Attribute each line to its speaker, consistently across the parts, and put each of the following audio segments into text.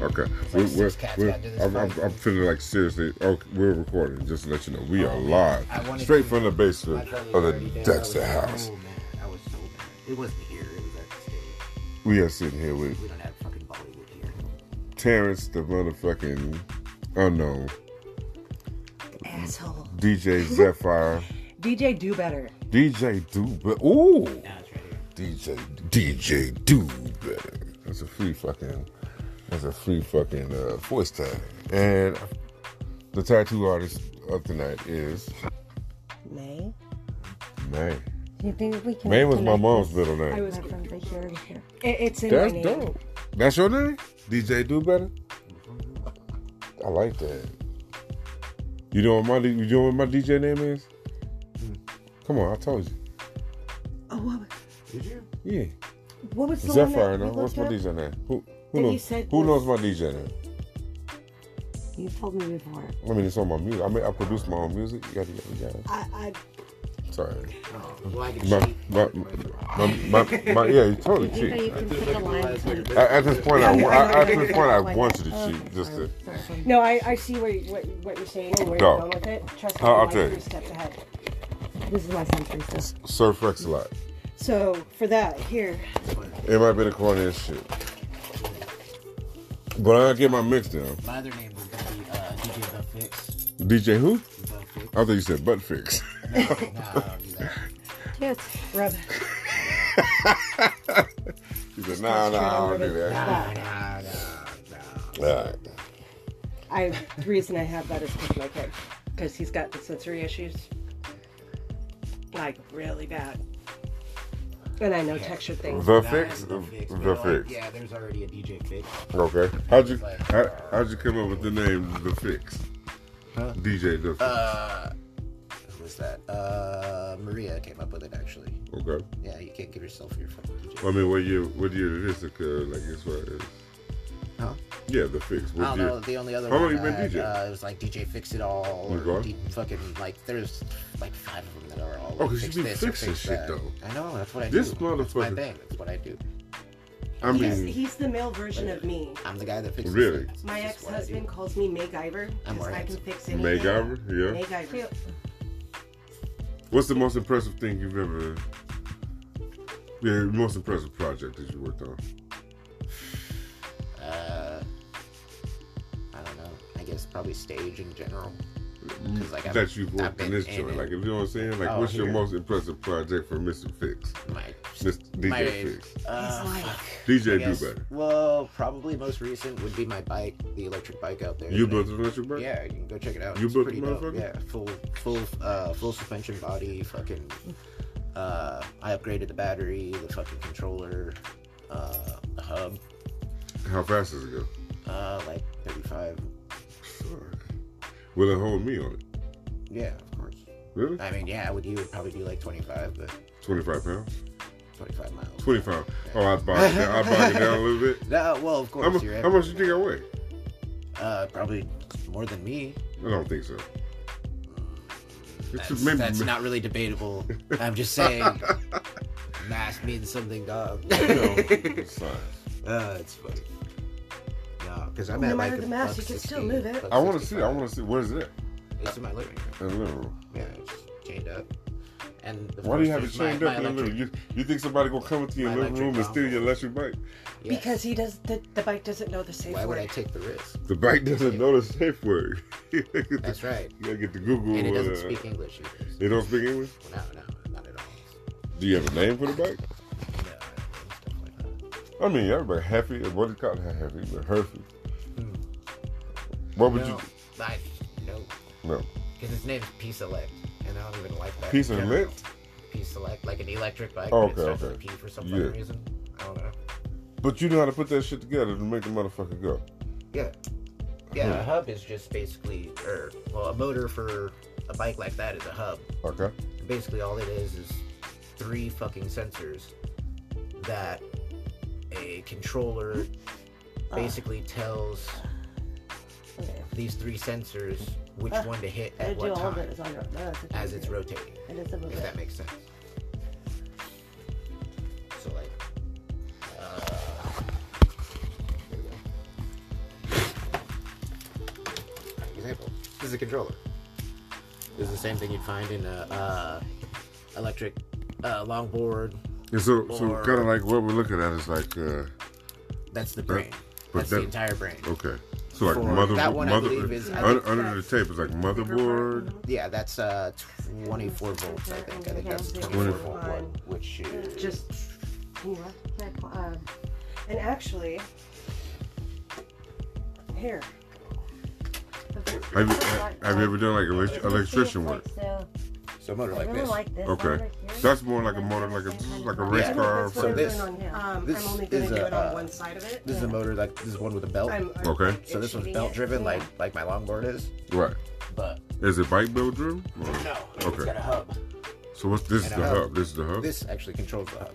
Speaker 1: Okay.
Speaker 2: So
Speaker 1: We're,
Speaker 2: six
Speaker 1: we're,
Speaker 2: cats
Speaker 1: we're,
Speaker 2: gotta do this
Speaker 1: I'm, I'm,
Speaker 2: fight.
Speaker 1: I'm feeling like seriously, okay, we're recording, just to let you know. We are
Speaker 2: man.
Speaker 1: live.
Speaker 2: Oh, I wanted
Speaker 1: Straight
Speaker 2: to-
Speaker 1: from the
Speaker 2: My
Speaker 1: basement
Speaker 2: brother
Speaker 1: of
Speaker 2: already
Speaker 1: the
Speaker 2: there. I was
Speaker 1: Dexter
Speaker 2: like,
Speaker 1: house.
Speaker 2: Oh man, I was so bad. It wasn't here. It was at the stage.
Speaker 1: We are sitting here with
Speaker 2: We don't have fucking Bollywood here.
Speaker 1: Terrence, the motherfucking unknown,
Speaker 3: Asshole.
Speaker 1: DJ Zephyr,
Speaker 3: DJ, do better.
Speaker 1: DJ Do Better. Ooh!
Speaker 2: Nah, it's right here.
Speaker 1: DJ, DJ Do Better. That's a free fucking, that's a free fucking uh, voice tag. And the tattoo artist of tonight is
Speaker 3: May?
Speaker 1: May.
Speaker 3: You think we can?
Speaker 1: May was my mom's middle name.
Speaker 4: I was
Speaker 3: From security here. It, it's in
Speaker 1: That's
Speaker 3: my name.
Speaker 1: dope. That's your name? DJ Do Better? I like that. You know what my you know what my DJ name is?
Speaker 3: Hmm.
Speaker 1: Come on, I told you.
Speaker 3: Oh, what,
Speaker 2: Did you?
Speaker 1: Yeah.
Speaker 3: what was the
Speaker 1: Zephyr
Speaker 3: one that
Speaker 1: no?
Speaker 3: we
Speaker 1: What's
Speaker 3: looked
Speaker 1: my
Speaker 3: up?
Speaker 1: DJ name? Who who
Speaker 3: Then you
Speaker 1: knows
Speaker 3: said
Speaker 1: who
Speaker 3: this.
Speaker 1: knows my DJ name?
Speaker 3: You told me before.
Speaker 1: I mean it's on my music. I mean I produce my own music. Yada yada yada.
Speaker 3: I,
Speaker 1: Sorry.
Speaker 2: Oh, well, I can
Speaker 1: My
Speaker 2: cheat.
Speaker 1: my my, my, my, my yeah, you totally
Speaker 3: I think
Speaker 1: cheat.
Speaker 3: you can pick a line.
Speaker 1: At, at this point I, wa- I at this point I want you
Speaker 3: oh,
Speaker 1: to cheat just to
Speaker 4: No, I, I see where, what, what you're saying and where
Speaker 1: No.
Speaker 4: you're going with it. Trust me,
Speaker 1: I'll- I'll
Speaker 4: I'm
Speaker 1: tell
Speaker 4: three
Speaker 1: you.
Speaker 4: steps ahead.
Speaker 3: This is my century stuff.
Speaker 1: surf Rex a lot.
Speaker 4: So for that, here,
Speaker 1: It might be the corniest shit. But I get my mix down.
Speaker 2: My other name was gonna be uh, DJ The Fix.
Speaker 1: DJ who?
Speaker 2: The Fix.
Speaker 1: I thought you said butt fix.
Speaker 2: Nah, I don't do that.
Speaker 3: Yes.
Speaker 4: rub.
Speaker 1: He said, nah, nah, I don't do that.
Speaker 2: Nah, nah, nah, nah.
Speaker 1: All right.
Speaker 4: I the reason I have that is because my kid, because he's got the sensory issues, like really bad. And I know texture things.
Speaker 1: The
Speaker 2: Nah,
Speaker 1: fix?
Speaker 2: The Fix. But,
Speaker 1: The
Speaker 2: like,
Speaker 1: fix.
Speaker 2: Yeah, there's already a DJ Fix.
Speaker 1: Okay. How'd you how, how'd you come up with the name The Fix?
Speaker 2: Huh?
Speaker 1: DJ The Fix.
Speaker 2: Uh, who was that? Uh, Maria came up with it actually.
Speaker 1: okay.
Speaker 2: Yeah, you can't give yourself your fucking DJ.
Speaker 1: Well, I mean, what year? What year it is? Because like it's what. It's,
Speaker 2: Huh?
Speaker 1: yeah, The Fix.
Speaker 2: I
Speaker 1: What
Speaker 2: don't know.
Speaker 1: year?
Speaker 2: The only other
Speaker 1: How long
Speaker 2: one
Speaker 1: you been
Speaker 2: I had,
Speaker 1: DJ?
Speaker 2: Uh, it was like DJ Fix It All, or
Speaker 1: Okay.
Speaker 2: D- fucking like there's like five of them that are all. Like,
Speaker 1: Oh, 'cause you
Speaker 2: fix
Speaker 1: be
Speaker 2: this or
Speaker 1: fixing
Speaker 2: fix
Speaker 1: shit,
Speaker 2: that.
Speaker 1: though.
Speaker 2: I know that's what I
Speaker 1: This
Speaker 2: do. That's my
Speaker 1: motherfucker-
Speaker 2: thing. That's what I do.
Speaker 1: I
Speaker 4: He's,
Speaker 1: mean,
Speaker 4: he's the male version of me.
Speaker 2: I'm the guy that fixes.
Speaker 1: Really?
Speaker 2: things.
Speaker 4: My
Speaker 2: This is what I do.
Speaker 4: ex-husband calls me MacGyver
Speaker 2: I'm
Speaker 4: because I
Speaker 2: alright.
Speaker 4: can fix anything.
Speaker 1: MacGyver. Yeah.
Speaker 4: MacGyver.
Speaker 1: What's the most impressive thing you've ever? Yeah, most impressive project that you worked on.
Speaker 2: Uh, I don't know. I guess probably stage in general. 'Cause, like, I've-
Speaker 1: that you've
Speaker 2: I've
Speaker 1: worked
Speaker 2: been
Speaker 1: in this
Speaker 2: in
Speaker 1: joint.
Speaker 2: it.
Speaker 1: Like, if you know what I'm saying, like,
Speaker 2: Oh,
Speaker 1: what's your
Speaker 2: here.
Speaker 1: most impressive project for Mr. Fix?
Speaker 2: My
Speaker 1: Mr. DJ
Speaker 2: my,
Speaker 1: Fix.
Speaker 2: Uh,
Speaker 3: He's like-
Speaker 2: fuck, I
Speaker 1: DJ
Speaker 2: guess-
Speaker 1: Do Better.
Speaker 2: Well, probably most recent would be my bike, the electric bike out there.
Speaker 1: You
Speaker 2: that I-
Speaker 1: built an electric bike?
Speaker 2: Yeah, you can go check it out.
Speaker 1: You
Speaker 2: it's
Speaker 1: built
Speaker 2: pretty
Speaker 1: the
Speaker 2: dope.
Speaker 1: motherfucker?
Speaker 2: Yeah, full, full, uh, full suspension body. Fucking, uh, I upgraded the battery, the fucking controller, uh, the hub,
Speaker 1: How fast does it go?
Speaker 2: uh, like 35.
Speaker 1: Will it hold me on it?
Speaker 2: Yeah, of course.
Speaker 1: Really?
Speaker 2: I mean, yeah, with you it'd probably be like 25, but
Speaker 1: 25 pounds?
Speaker 2: 25 miles.
Speaker 1: 25. Oh, I bog it down, I bog it down a little bit.
Speaker 2: No, well, of course.
Speaker 1: How much,
Speaker 2: you're
Speaker 1: how much you think I weigh?
Speaker 2: Uh, probably more than me.
Speaker 1: I don't think so. It's
Speaker 2: That's,
Speaker 1: maybe-
Speaker 2: that's not really debatable. I'm just saying, mass means something, dog.
Speaker 1: you know, it's science.
Speaker 2: Uh, it's funny. No, because I'm
Speaker 4: No
Speaker 2: at
Speaker 4: matter
Speaker 2: like
Speaker 4: the
Speaker 2: a
Speaker 4: mass,
Speaker 2: buck
Speaker 4: you can still
Speaker 2: 60,
Speaker 4: move it.
Speaker 2: buck
Speaker 1: I want to see. I
Speaker 2: 65.
Speaker 1: want to see. Where's it?
Speaker 2: It's in my living
Speaker 1: At?
Speaker 2: room.
Speaker 1: In the living room.
Speaker 2: Yeah, it's chained up. And the
Speaker 1: Why do you have
Speaker 2: first
Speaker 1: it
Speaker 2: is my-
Speaker 1: chained
Speaker 2: my
Speaker 1: up in the
Speaker 2: electric-
Speaker 1: living room? You, you think somebody gonna come into your
Speaker 2: My
Speaker 1: living
Speaker 2: electric
Speaker 1: room and steal your electric bike?
Speaker 2: Yes.
Speaker 4: Because he does the, the bike doesn't know the safe
Speaker 2: why would
Speaker 4: word.
Speaker 2: I take the risk?
Speaker 1: The bike doesn't know the safe word. you
Speaker 2: That's right.
Speaker 1: gotta get the Google.
Speaker 2: And it doesn't
Speaker 1: uh,
Speaker 2: speak English either. so-
Speaker 1: They don't speak English.
Speaker 2: No, no, not at all.
Speaker 1: Do you have a name for the bike?
Speaker 2: No, I don't know, stuff like that.
Speaker 1: I mean, everybody happy. What is called happy? But happy. What would
Speaker 2: Hmm. no,
Speaker 1: you?
Speaker 2: I, no,
Speaker 1: No.
Speaker 2: because his name is P Select, and I don't even like that.
Speaker 1: Piece of
Speaker 2: general.
Speaker 1: lit?
Speaker 2: P Select, like an electric bike.
Speaker 1: Oh,
Speaker 2: but
Speaker 1: okay,
Speaker 2: it starts with
Speaker 1: okay.
Speaker 2: a P for some
Speaker 1: Yeah.
Speaker 2: fucking reason. I don't know.
Speaker 1: But you know how to put that shit together to make the motherfucker go.
Speaker 2: Yeah. Yeah, a hub is just basically, or well, a motor for a bike like that is a hub.
Speaker 1: Okay.
Speaker 2: Basically, all it is is three fucking sensors that a controller basically tells
Speaker 4: Uh, Okay.
Speaker 2: these three sensors which one to hit
Speaker 3: I
Speaker 2: at
Speaker 3: do
Speaker 2: what
Speaker 3: all of it as
Speaker 2: time
Speaker 3: on your no, it's
Speaker 2: as it's rotating.
Speaker 3: It is a
Speaker 2: If
Speaker 3: movie.
Speaker 2: that makes sense. So like, uh, there we go. simple. This is a controller. This is the same thing you'd find in a uh, electric uh, longboard.
Speaker 1: And so, so
Speaker 2: Or-
Speaker 1: kind of like what we're looking at is like, uh,
Speaker 2: That's the brain.
Speaker 1: but
Speaker 2: That's
Speaker 1: that-
Speaker 2: the entire brain.
Speaker 1: okay. So like
Speaker 2: For-
Speaker 1: mother,
Speaker 2: that one I
Speaker 1: mother,
Speaker 2: believe is- I
Speaker 1: un-
Speaker 2: think
Speaker 1: under the tape is like motherboard.
Speaker 2: Yeah, that's uh, 24 volts, I think. I think that's the 24 volt one, which is
Speaker 5: Just
Speaker 6: Yeah. that, uh,
Speaker 5: and actually, here
Speaker 6: the-
Speaker 1: Have you, have you ever done like elect- electrician work?
Speaker 6: So,
Speaker 2: so motor
Speaker 6: I
Speaker 2: like
Speaker 6: really
Speaker 2: this.
Speaker 6: like this.
Speaker 1: Okay, that's more like a motor, like a like a race
Speaker 2: Yeah.
Speaker 1: car.
Speaker 5: so
Speaker 2: So
Speaker 1: for-
Speaker 2: this-
Speaker 5: this, on, um,
Speaker 2: this
Speaker 5: I'm only going
Speaker 2: is
Speaker 5: to do
Speaker 2: a,
Speaker 5: it on
Speaker 2: uh,
Speaker 5: one side of it.
Speaker 2: This is a motor like this is one with a belt.
Speaker 5: I'm, I'm
Speaker 1: Okay.
Speaker 2: so this one's
Speaker 5: itching
Speaker 2: belt
Speaker 5: it.
Speaker 2: driven, like like my longboard is.
Speaker 1: Right.
Speaker 2: But
Speaker 1: Is it bike build driven? Or-
Speaker 2: no,
Speaker 1: Okay.
Speaker 2: it's got a hub.
Speaker 1: So what's this is
Speaker 2: And
Speaker 1: the
Speaker 2: a hub.
Speaker 1: hub? This is the hub.
Speaker 2: This actually controls the hub.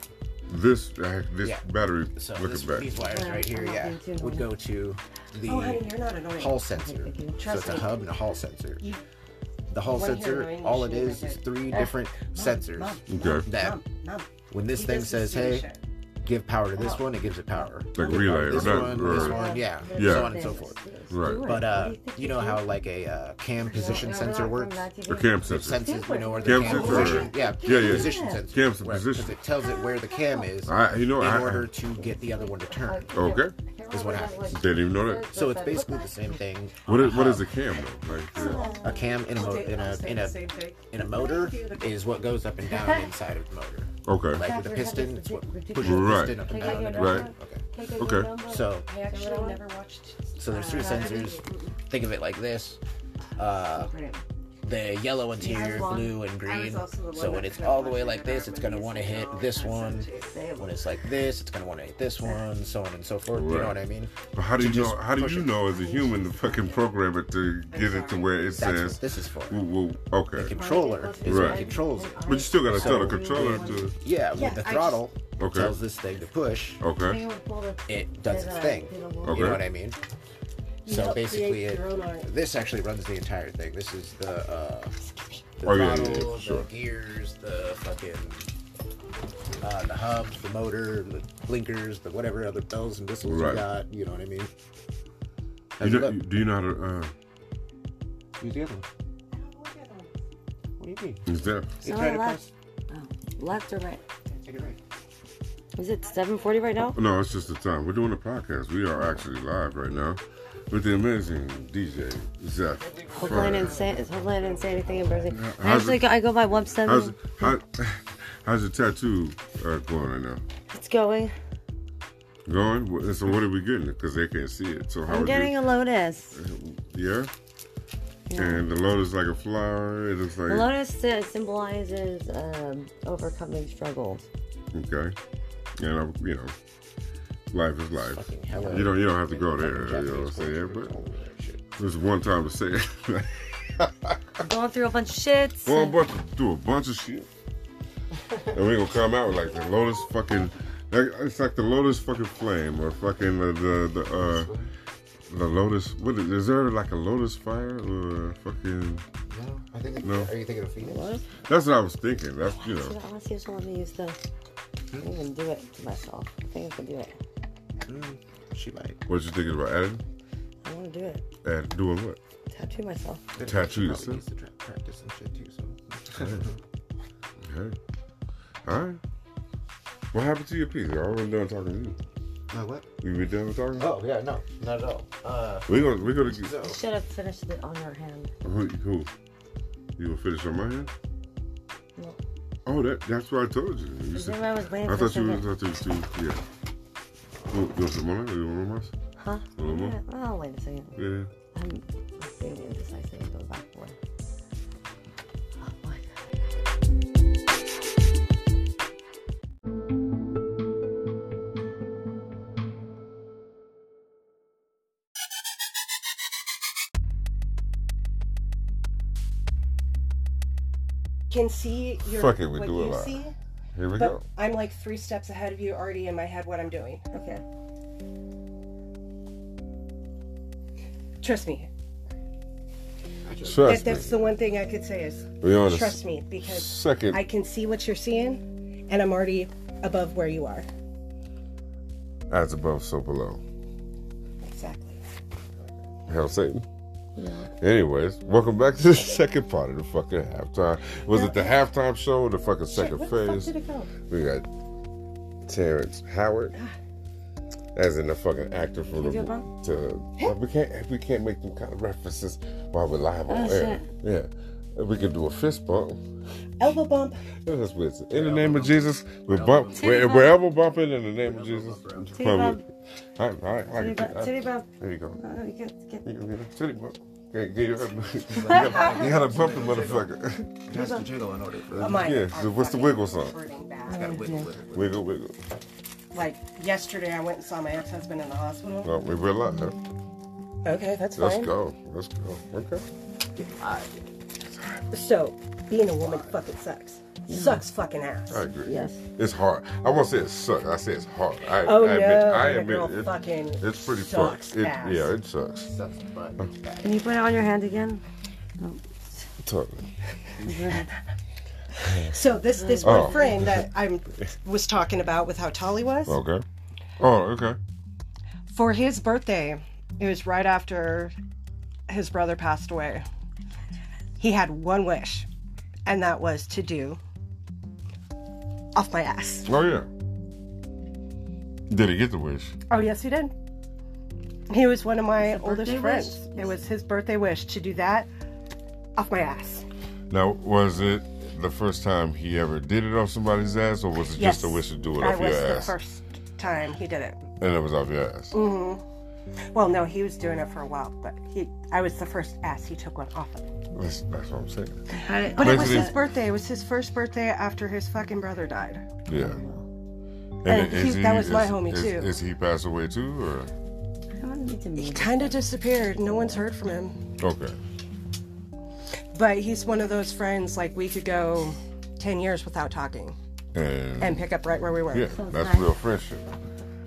Speaker 1: This uh, this
Speaker 2: Yeah.
Speaker 1: battery.
Speaker 2: So
Speaker 1: Look
Speaker 2: this,
Speaker 1: at that.
Speaker 2: these wires right here, yeah, would go to
Speaker 5: Oh, honey,
Speaker 2: the
Speaker 5: you're not annoying.
Speaker 2: hall sensor. So it's
Speaker 5: Trust
Speaker 2: a
Speaker 5: me.
Speaker 2: hub and a hall sensor.
Speaker 5: You-
Speaker 2: The hall
Speaker 5: One here,
Speaker 2: sensor,
Speaker 5: annoying
Speaker 2: all it
Speaker 5: machine
Speaker 2: is
Speaker 5: right
Speaker 2: is
Speaker 5: there.
Speaker 2: three different sensors.
Speaker 5: Mom,
Speaker 1: Okay.
Speaker 2: That
Speaker 5: mom, mom.
Speaker 2: when this
Speaker 5: He
Speaker 2: thing
Speaker 5: does
Speaker 2: says,
Speaker 5: silly
Speaker 2: "Hey,
Speaker 5: shit.
Speaker 2: give power to this one," it gives it power.
Speaker 1: Like relay or
Speaker 2: This
Speaker 1: not?
Speaker 2: one,
Speaker 1: or-
Speaker 2: this one, yeah,
Speaker 1: Yeah.
Speaker 2: so on and so forth.
Speaker 1: Right.
Speaker 2: But uh, you know how like a uh, cam position sensor works?
Speaker 1: A cam
Speaker 2: It
Speaker 1: sensor.
Speaker 2: senses, you know where the
Speaker 1: Cam
Speaker 2: cam,
Speaker 1: sensor.
Speaker 2: position. Yeah,
Speaker 1: Yeah, yeah.
Speaker 2: position sensor.
Speaker 1: Cam's
Speaker 2: where- 'cause
Speaker 1: position.
Speaker 2: It tells it where the cam is
Speaker 1: I you know
Speaker 2: in
Speaker 1: I,
Speaker 2: order to get the other one to turn.
Speaker 1: Okay.
Speaker 2: Is what happens.
Speaker 1: didn't even know that.
Speaker 2: So it's basically the same thing.
Speaker 1: What
Speaker 2: on
Speaker 1: is what
Speaker 2: hub.
Speaker 1: is a cam though? Like yeah.
Speaker 2: A cam uh, in a
Speaker 5: I'll
Speaker 2: mo-
Speaker 5: take-
Speaker 2: in
Speaker 5: I'll
Speaker 2: a
Speaker 5: take
Speaker 2: in
Speaker 5: the
Speaker 2: a
Speaker 5: same thing.
Speaker 2: in a motor is what goes up and down inside of the motor.
Speaker 1: okay.
Speaker 2: Like with a piston, it's what pushes the
Speaker 1: Right.
Speaker 2: piston up and down. and
Speaker 1: Right.
Speaker 2: around. Okay.
Speaker 1: Okay.
Speaker 2: So
Speaker 5: I actually never watched.
Speaker 2: so there's three sensors. Think of it like this. Uh, the yellow interior,
Speaker 6: long-
Speaker 2: blue, and
Speaker 5: I was
Speaker 2: green.
Speaker 5: also the one
Speaker 2: So
Speaker 5: that
Speaker 2: when it's
Speaker 5: couldn't
Speaker 2: all the
Speaker 5: watch
Speaker 2: way
Speaker 5: it
Speaker 2: like
Speaker 5: at
Speaker 2: this,
Speaker 5: our
Speaker 2: it's gonna
Speaker 5: movies
Speaker 2: want to
Speaker 5: and
Speaker 2: hit
Speaker 5: all
Speaker 2: this
Speaker 5: that
Speaker 2: one.
Speaker 5: stuff, too.
Speaker 2: When it's like this, it's gonna want to hit this one, so on and so forth. You
Speaker 1: Right.
Speaker 2: know what I mean?
Speaker 1: But how do you know?
Speaker 2: just
Speaker 1: How do
Speaker 2: push
Speaker 1: you
Speaker 2: it.
Speaker 1: know as a human to fucking program it to get it to where it
Speaker 2: That's what
Speaker 1: says? mm.
Speaker 2: this is for.
Speaker 1: Woo, woo, okay.
Speaker 2: Controller is
Speaker 1: Right.
Speaker 2: what controls it.
Speaker 1: But you still gotta tell the
Speaker 2: So-
Speaker 1: controller to.
Speaker 2: Yeah, with the
Speaker 5: I just-
Speaker 2: throttle
Speaker 1: Okay.
Speaker 2: tells this thing to push.
Speaker 1: Okay.
Speaker 2: It does its thing.
Speaker 1: Okay.
Speaker 2: You know what I mean? So
Speaker 5: help
Speaker 2: basically,
Speaker 5: create your own art.
Speaker 2: it, this actually runs the entire thing. This is the uh, the
Speaker 1: Oh,
Speaker 2: oh,
Speaker 1: yeah, yeah, yeah, for
Speaker 2: the
Speaker 1: sure.
Speaker 2: gears, the fucking uh, the hub, the motor, the blinkers, the whatever other bells and whistles
Speaker 1: Right.
Speaker 2: you got. You know what I mean?
Speaker 1: You
Speaker 2: How's it
Speaker 1: know,
Speaker 2: look?
Speaker 1: do you know how to? Uh,
Speaker 2: Use the other one. What do you mean?
Speaker 1: is that?
Speaker 6: So
Speaker 2: You try to
Speaker 6: left.
Speaker 2: press-
Speaker 6: Left or right?
Speaker 2: Take it right.
Speaker 6: Is it 740 right now?
Speaker 1: No, it's just the time. We're doing a podcast. We are actually live right now with the amazing DJ Zach.
Speaker 6: Hopefully I
Speaker 1: Fryer.
Speaker 6: didn't say, hopefully I didn't say anything embarrassing. I
Speaker 1: how's
Speaker 6: actually,
Speaker 1: it-
Speaker 6: go- I go by one
Speaker 1: How's
Speaker 6: seven.
Speaker 1: how, how's your tattoo uh, going right now?
Speaker 6: It's going.
Speaker 1: Going? Wha- So what are we getting? Because they can't see it. So how
Speaker 6: I'm
Speaker 1: would
Speaker 6: getting
Speaker 1: you,
Speaker 6: a lotus.
Speaker 1: yeah? And the lotus like a flower. It looks like
Speaker 6: The lotus uh, symbolizes um, overcoming struggles.
Speaker 1: okay. And I'm, you know, life is life.
Speaker 2: Fucking hello.
Speaker 1: You don't you don't have to go there.
Speaker 2: Fucking
Speaker 1: You know what I'm
Speaker 2: Japanese
Speaker 1: saying?
Speaker 2: culture
Speaker 1: But
Speaker 2: all over that shit.
Speaker 1: there's one time to say it.
Speaker 6: I'm going through a bunch of shits.
Speaker 1: Well, I'm about to do a bunch of shit. and we're gonna come out with like the lotus fucking. Like, it's like the lotus fucking flame or fucking the the, the uh the lotus. What is, is there like a lotus fire or fucking?
Speaker 2: No, I think.
Speaker 1: No.
Speaker 2: Are you thinking of Phoenix?
Speaker 6: What?
Speaker 1: That's what I was thinking. That's you
Speaker 6: See,
Speaker 1: know.
Speaker 6: "Oh, I want to see if someone let me use the. I didn't even do it to myself. I think I can do it.
Speaker 2: Mm, she might.
Speaker 1: What you thinking about adding?
Speaker 6: I want to do it.
Speaker 1: Add doing what?
Speaker 6: Tattoo myself.
Speaker 1: Tattoo the
Speaker 2: She probably
Speaker 1: sim-
Speaker 2: needs to tra- practice and shit too. So.
Speaker 1: Okay. All right. What happened to your piece? I already done talking to you.
Speaker 2: My what?
Speaker 1: You been done with talking?
Speaker 2: Oh yeah, no, not at all. Uh,
Speaker 1: We gonna we gonna get
Speaker 2: so
Speaker 6: I should have finished it on your hand.
Speaker 1: who, who? You gonna finish on my hand?
Speaker 6: No.
Speaker 1: Oh, that that's what I told you. You
Speaker 6: Because
Speaker 1: said-
Speaker 6: then I was waiting
Speaker 1: I
Speaker 6: for
Speaker 1: thought you were
Speaker 6: something.
Speaker 1: thought you was too yeah. Oh, you want some more? You want more?
Speaker 6: Huh?
Speaker 1: A little more?
Speaker 6: Yeah, Oh, wait a second.
Speaker 1: Yeah.
Speaker 6: I'm being indecisive and go back away. Oh my god.
Speaker 5: Can see your
Speaker 1: Fuck it, we
Speaker 5: what
Speaker 1: do it
Speaker 5: you
Speaker 1: live.
Speaker 5: see,
Speaker 1: Here we
Speaker 5: but
Speaker 1: go.
Speaker 5: I'm like three steps ahead of you already in my head what I'm doing.
Speaker 6: Okay.
Speaker 5: Trust me.
Speaker 1: Trust
Speaker 5: that, that's
Speaker 1: me.
Speaker 5: the one thing I could say is
Speaker 1: We on the
Speaker 5: trust me because
Speaker 1: second.
Speaker 5: I can see what you're seeing, and I'm already above where you are.
Speaker 1: As above, so below.
Speaker 5: Exactly.
Speaker 1: Hell, Satan.
Speaker 6: Yeah.
Speaker 1: Anyways, welcome back to the second part of the fucking halftime. Was it the halftime show or the fucking
Speaker 5: Shit,
Speaker 1: second
Speaker 5: where the fuck
Speaker 1: phase?
Speaker 5: did it go?
Speaker 1: We got Terrence Howard,
Speaker 5: Ah.
Speaker 1: as in the fucking actor from the
Speaker 6: Can we go back?
Speaker 1: to. well, we can't we can't make them kind of references while we're live on
Speaker 6: Oh,
Speaker 1: air. Yeah, we can do a fist bump.
Speaker 5: Elbow bump.
Speaker 1: That's weird. In the name of Jesus, we're bump.
Speaker 6: Titty
Speaker 1: We're,
Speaker 6: bump.
Speaker 1: we're elbow bumping in the name of Jesus.
Speaker 6: Titty
Speaker 1: Probably.
Speaker 6: bump.
Speaker 1: All right, all right. I
Speaker 6: Titty
Speaker 1: can do
Speaker 6: bump. Titty
Speaker 1: that.
Speaker 6: bump.
Speaker 1: There you go.
Speaker 6: Oh, you get, get.
Speaker 1: You can do that. Titty bump. Okay, get your- You gotta you gotta bump the motherfucker.
Speaker 2: That's the jiggle in order for
Speaker 5: Oh,
Speaker 2: that.
Speaker 5: mine
Speaker 1: Yeah,
Speaker 5: are
Speaker 1: so what's the
Speaker 5: fucking
Speaker 1: wiggle song?
Speaker 5: hurting bad.
Speaker 2: Gotta wiggle it.
Speaker 1: Wiggle, wiggle.
Speaker 5: Like yesterday, I went and saw my ex-husband in the hospital.
Speaker 1: No, we we're live.
Speaker 5: Okay, that's
Speaker 1: Let's
Speaker 5: fine.
Speaker 1: go. Let's go. Okay.
Speaker 5: So, being a woman fucking sucks. Sucks fucking ass.
Speaker 1: I agree.
Speaker 6: Yes.
Speaker 1: It's hard. I won't say it sucks. I say it's hard. I,
Speaker 5: Oh,
Speaker 1: I admit,
Speaker 5: no,
Speaker 1: I
Speaker 5: the
Speaker 1: admit
Speaker 5: girl
Speaker 1: it. It's-
Speaker 5: fucking
Speaker 1: It's pretty
Speaker 5: sucks
Speaker 1: fucked. It,
Speaker 5: ass.
Speaker 1: yeah, it sucks.
Speaker 7: Sucks butt.
Speaker 6: Can you put it on your hand again? No.
Speaker 1: Totally.
Speaker 5: So this this
Speaker 1: Oh.
Speaker 5: one frame that I was talking about with how tall he was
Speaker 1: Okay. Oh, okay.
Speaker 5: for his birthday, it was right after his brother passed away. He had one wish, and that was to do off my ass.
Speaker 1: Oh yeah. Did he get the wish?
Speaker 5: Oh yes, he did. He was one of my oldest
Speaker 6: birthday
Speaker 5: friends. It was his birthday wish to do that off my ass.
Speaker 1: Now, was it the first time he ever did it off somebody's ass, or was it just a wish to do it
Speaker 5: I
Speaker 1: off your
Speaker 5: was the
Speaker 1: ass?
Speaker 5: first Mm-hmm. time he did it.
Speaker 1: And it was off your ass.
Speaker 5: Well, no, he was doing it for a while, but he I was the first ass he took one off of.
Speaker 1: That's, that's what I'm saying.
Speaker 6: How did,
Speaker 5: But it was
Speaker 1: Basically-
Speaker 5: his birthday. It was his first birthday after his fucking brother died.
Speaker 1: Yeah.
Speaker 5: And
Speaker 1: is
Speaker 5: he- that was my homie,
Speaker 1: is-
Speaker 5: too.
Speaker 1: Is he passed away too, or
Speaker 6: don't need to meet.
Speaker 5: Kind of disappeared. No one's heard from him.
Speaker 1: okay?
Speaker 5: But he's one of those friends like we could go 10 years without talking
Speaker 1: And,
Speaker 5: and pick up right where we were.
Speaker 1: yeah,
Speaker 6: Sounds
Speaker 1: that's
Speaker 6: nice.
Speaker 1: real friendship.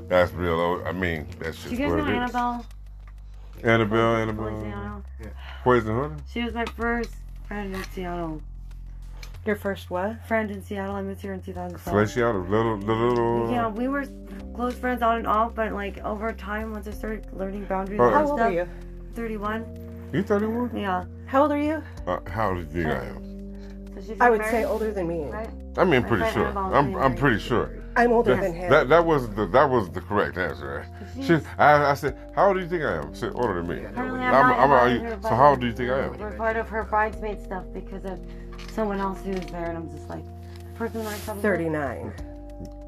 Speaker 1: That's real. old- I mean, that's just
Speaker 6: You guys
Speaker 1: what
Speaker 6: know
Speaker 1: it is.
Speaker 6: Annabelle?
Speaker 1: Annabelle, Annabelle,
Speaker 6: Feliciano?
Speaker 1: Poison Hunter.
Speaker 6: She was my first friend in Seattle.
Speaker 5: Your first what?
Speaker 6: Friend in Seattle. I moved here in 2007.
Speaker 1: Fleshy out a little, little.
Speaker 6: Yeah, we were close friends on and off, but like over time, once I started learning boundaries
Speaker 1: How
Speaker 6: and
Speaker 5: How
Speaker 6: stuff.
Speaker 5: old are you?
Speaker 6: 31.
Speaker 1: You 31?
Speaker 6: Yeah.
Speaker 5: How old are you?
Speaker 1: Uh, how old do you think I am?
Speaker 6: So she's
Speaker 5: I would
Speaker 6: married,
Speaker 5: say older than me.
Speaker 6: Right?
Speaker 1: I mean, pretty
Speaker 6: my
Speaker 1: sure.
Speaker 6: eyeballs
Speaker 1: I'm,
Speaker 6: being
Speaker 1: I'm
Speaker 6: very-
Speaker 1: pretty sure.
Speaker 5: I'm older than him.
Speaker 1: That, that was the that was the correct answer. Right? She, I, I said, how old do you think I am? She said, older than me.
Speaker 6: Apparently, I'm,
Speaker 1: I'm-
Speaker 6: not
Speaker 1: I'm
Speaker 6: invited
Speaker 1: out-
Speaker 6: to her
Speaker 1: so how
Speaker 6: wedding.
Speaker 1: do you think I am?
Speaker 6: We're part of her bridesmaid stuff because of someone else who was there, and I'm just like, the person who I covered-
Speaker 5: 39.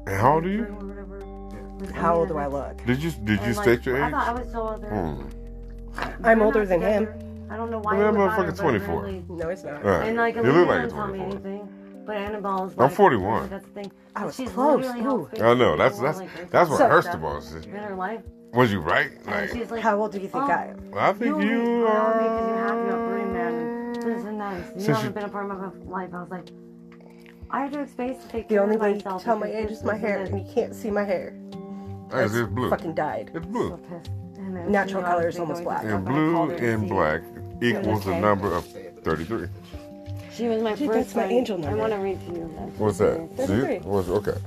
Speaker 1: And how old are
Speaker 6: or
Speaker 1: you?
Speaker 6: whatever. was
Speaker 5: How old do I
Speaker 6: another-
Speaker 5: look?
Speaker 1: Did you did you
Speaker 6: and, like,
Speaker 1: state your
Speaker 6: I
Speaker 1: age?
Speaker 6: thought I was so older.
Speaker 1: Hmm.
Speaker 5: I'm
Speaker 6: We're
Speaker 5: older
Speaker 6: not
Speaker 5: than him.
Speaker 6: together. I don't know why.
Speaker 1: Well, that
Speaker 6: it was on her,
Speaker 1: motherfucker's
Speaker 6: but
Speaker 1: 24.
Speaker 6: really-
Speaker 5: No, he's not.
Speaker 1: All right.
Speaker 6: And like,
Speaker 1: you
Speaker 6: Olivia
Speaker 1: look like
Speaker 6: didn't tell me
Speaker 1: 24.
Speaker 6: anything, but Annabelle's.
Speaker 1: I'm
Speaker 6: Like,
Speaker 1: 41.
Speaker 6: That's the thing.
Speaker 5: I was
Speaker 6: She's
Speaker 5: close.
Speaker 6: literally
Speaker 5: Ooh.
Speaker 6: helped
Speaker 1: I know. That's
Speaker 6: people,
Speaker 1: that's
Speaker 6: like,
Speaker 1: that's what
Speaker 5: So-
Speaker 1: hurts the most.
Speaker 6: In her life,
Speaker 1: Was you right?
Speaker 6: and
Speaker 1: Like,
Speaker 6: she's like,
Speaker 5: How old do you think
Speaker 6: oh,
Speaker 5: I am?
Speaker 1: I think
Speaker 6: only
Speaker 1: you
Speaker 6: love me 'cause you have your
Speaker 1: are.
Speaker 6: brain man. and This and that. You
Speaker 1: Since
Speaker 6: haven't
Speaker 1: you-
Speaker 6: been a part of my life. I was like, I have to have space to take
Speaker 5: The
Speaker 6: care
Speaker 5: only
Speaker 6: of
Speaker 5: way you can
Speaker 6: myself
Speaker 5: tell my
Speaker 6: because
Speaker 5: age
Speaker 6: this
Speaker 5: is my hair,
Speaker 6: isn't
Speaker 5: and you can't see my hair.
Speaker 1: Hey, It's blue.
Speaker 5: fucking dyed.
Speaker 1: It's
Speaker 6: So
Speaker 1: blue.
Speaker 6: pissed. And then
Speaker 5: Natural
Speaker 6: she knows
Speaker 5: color is
Speaker 6: they
Speaker 5: almost
Speaker 6: always
Speaker 5: black.
Speaker 6: just
Speaker 1: And
Speaker 6: fuck, I called
Speaker 1: blue
Speaker 6: her to
Speaker 1: and
Speaker 6: see.
Speaker 1: black equals the
Speaker 6: okay.
Speaker 1: number of 33.
Speaker 6: She was my
Speaker 5: Dude,
Speaker 6: first
Speaker 5: that's my
Speaker 6: friend.
Speaker 5: angel
Speaker 6: I
Speaker 5: number.
Speaker 6: want to read to you. that's
Speaker 1: What's
Speaker 6: what
Speaker 1: that?
Speaker 6: it is.
Speaker 1: See?
Speaker 5: 33.
Speaker 1: What's okay?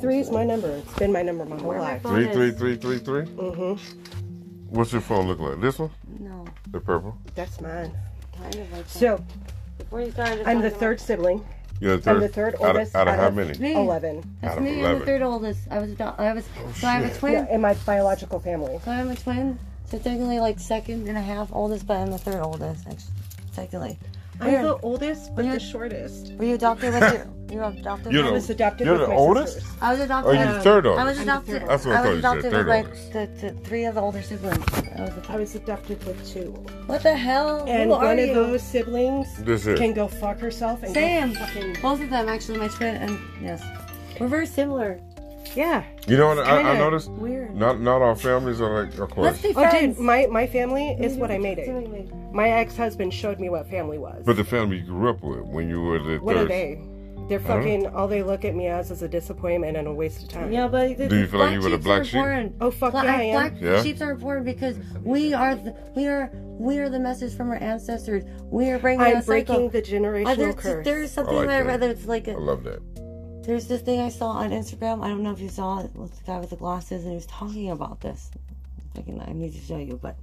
Speaker 5: Three is my number. It's been my number my whole
Speaker 6: Where my
Speaker 5: life.
Speaker 6: phone
Speaker 1: Three,
Speaker 6: is-
Speaker 1: three, three, three, three.
Speaker 5: Mm-hmm.
Speaker 1: What's your phone look like? This one,
Speaker 6: No,
Speaker 1: the purple.
Speaker 5: That's mine.
Speaker 6: kind of like that.
Speaker 5: So
Speaker 6: Before you started,
Speaker 5: I'm the third sibling.
Speaker 1: You're the 3rd
Speaker 5: I'm the third
Speaker 1: Out of,
Speaker 5: oldest
Speaker 1: out of
Speaker 5: out
Speaker 1: how
Speaker 5: of-
Speaker 1: many?
Speaker 6: Me.
Speaker 5: Eleven.
Speaker 1: Out
Speaker 6: That's
Speaker 1: of
Speaker 6: me. I'm
Speaker 1: 11.
Speaker 6: the third oldest. I was. a do- I was. so I'm a
Speaker 1: Oh, shit.
Speaker 6: twin.
Speaker 5: Yeah, in my biological family.
Speaker 6: So I'm a twin. So technically, like second and a half oldest, but I'm the third oldest. Actually, technically. Weird.
Speaker 5: oldest, but the shortest.
Speaker 6: Were you adopted with your? You were adopted.
Speaker 1: You're
Speaker 6: by-
Speaker 5: I was adopted
Speaker 1: You're
Speaker 5: with
Speaker 1: the
Speaker 5: my
Speaker 1: oldest?
Speaker 5: sisters.
Speaker 6: I was adopted.
Speaker 1: Are you the third
Speaker 6: I was
Speaker 1: oldest? That's
Speaker 6: adopted.
Speaker 1: what I
Speaker 6: was
Speaker 1: thought you
Speaker 6: adopted
Speaker 1: said,
Speaker 6: with my
Speaker 1: third oldest.
Speaker 6: the, the three of the older siblings. I was
Speaker 5: I
Speaker 6: adopted.
Speaker 5: was adopted with two.
Speaker 6: What the hell?
Speaker 5: And
Speaker 6: Who
Speaker 5: one
Speaker 6: are
Speaker 5: of
Speaker 6: you?
Speaker 5: those siblings
Speaker 1: This is.
Speaker 5: can go fuck herself and
Speaker 6: Same.
Speaker 5: go fucking
Speaker 6: Both of them actually, my twin and yes, we're very similar.
Speaker 5: Yeah.
Speaker 1: You know what I, I
Speaker 5: kinda
Speaker 1: noticed?
Speaker 6: Weird.
Speaker 1: Not not all families are like, of
Speaker 6: Let's
Speaker 1: course.
Speaker 6: be
Speaker 5: Oh
Speaker 6: friends.
Speaker 5: dude, my, my family is what I made it.
Speaker 6: Doing me.
Speaker 5: My ex husband showed me what family was.
Speaker 1: But the family you grew up with when you were the
Speaker 5: What
Speaker 1: third.
Speaker 5: are they? They're fucking all they look at me as is a disappointment and a waste of time.
Speaker 6: Yeah, but
Speaker 1: Do you feel like you were the
Speaker 6: sheeps
Speaker 1: black
Speaker 6: are
Speaker 1: sheep?
Speaker 6: important.
Speaker 5: Oh, fuck
Speaker 6: Bla-
Speaker 5: yeah, I am.
Speaker 6: Black
Speaker 1: Yeah.
Speaker 6: sheep are important because we are the, we are we are the message from our ancestors. We are bringing
Speaker 5: I'm
Speaker 6: a
Speaker 5: breaking
Speaker 6: cycle.
Speaker 5: the generational
Speaker 6: Uh, there's,
Speaker 5: curse.
Speaker 6: there's something
Speaker 1: like
Speaker 6: that I
Speaker 1: that.
Speaker 6: read that it's like
Speaker 1: I
Speaker 6: a,
Speaker 1: love that.
Speaker 6: there's this thing I saw on Instagram. I don't know if you saw it. It was the guy with the glasses and he was talking about this. I, can, I need to show you, but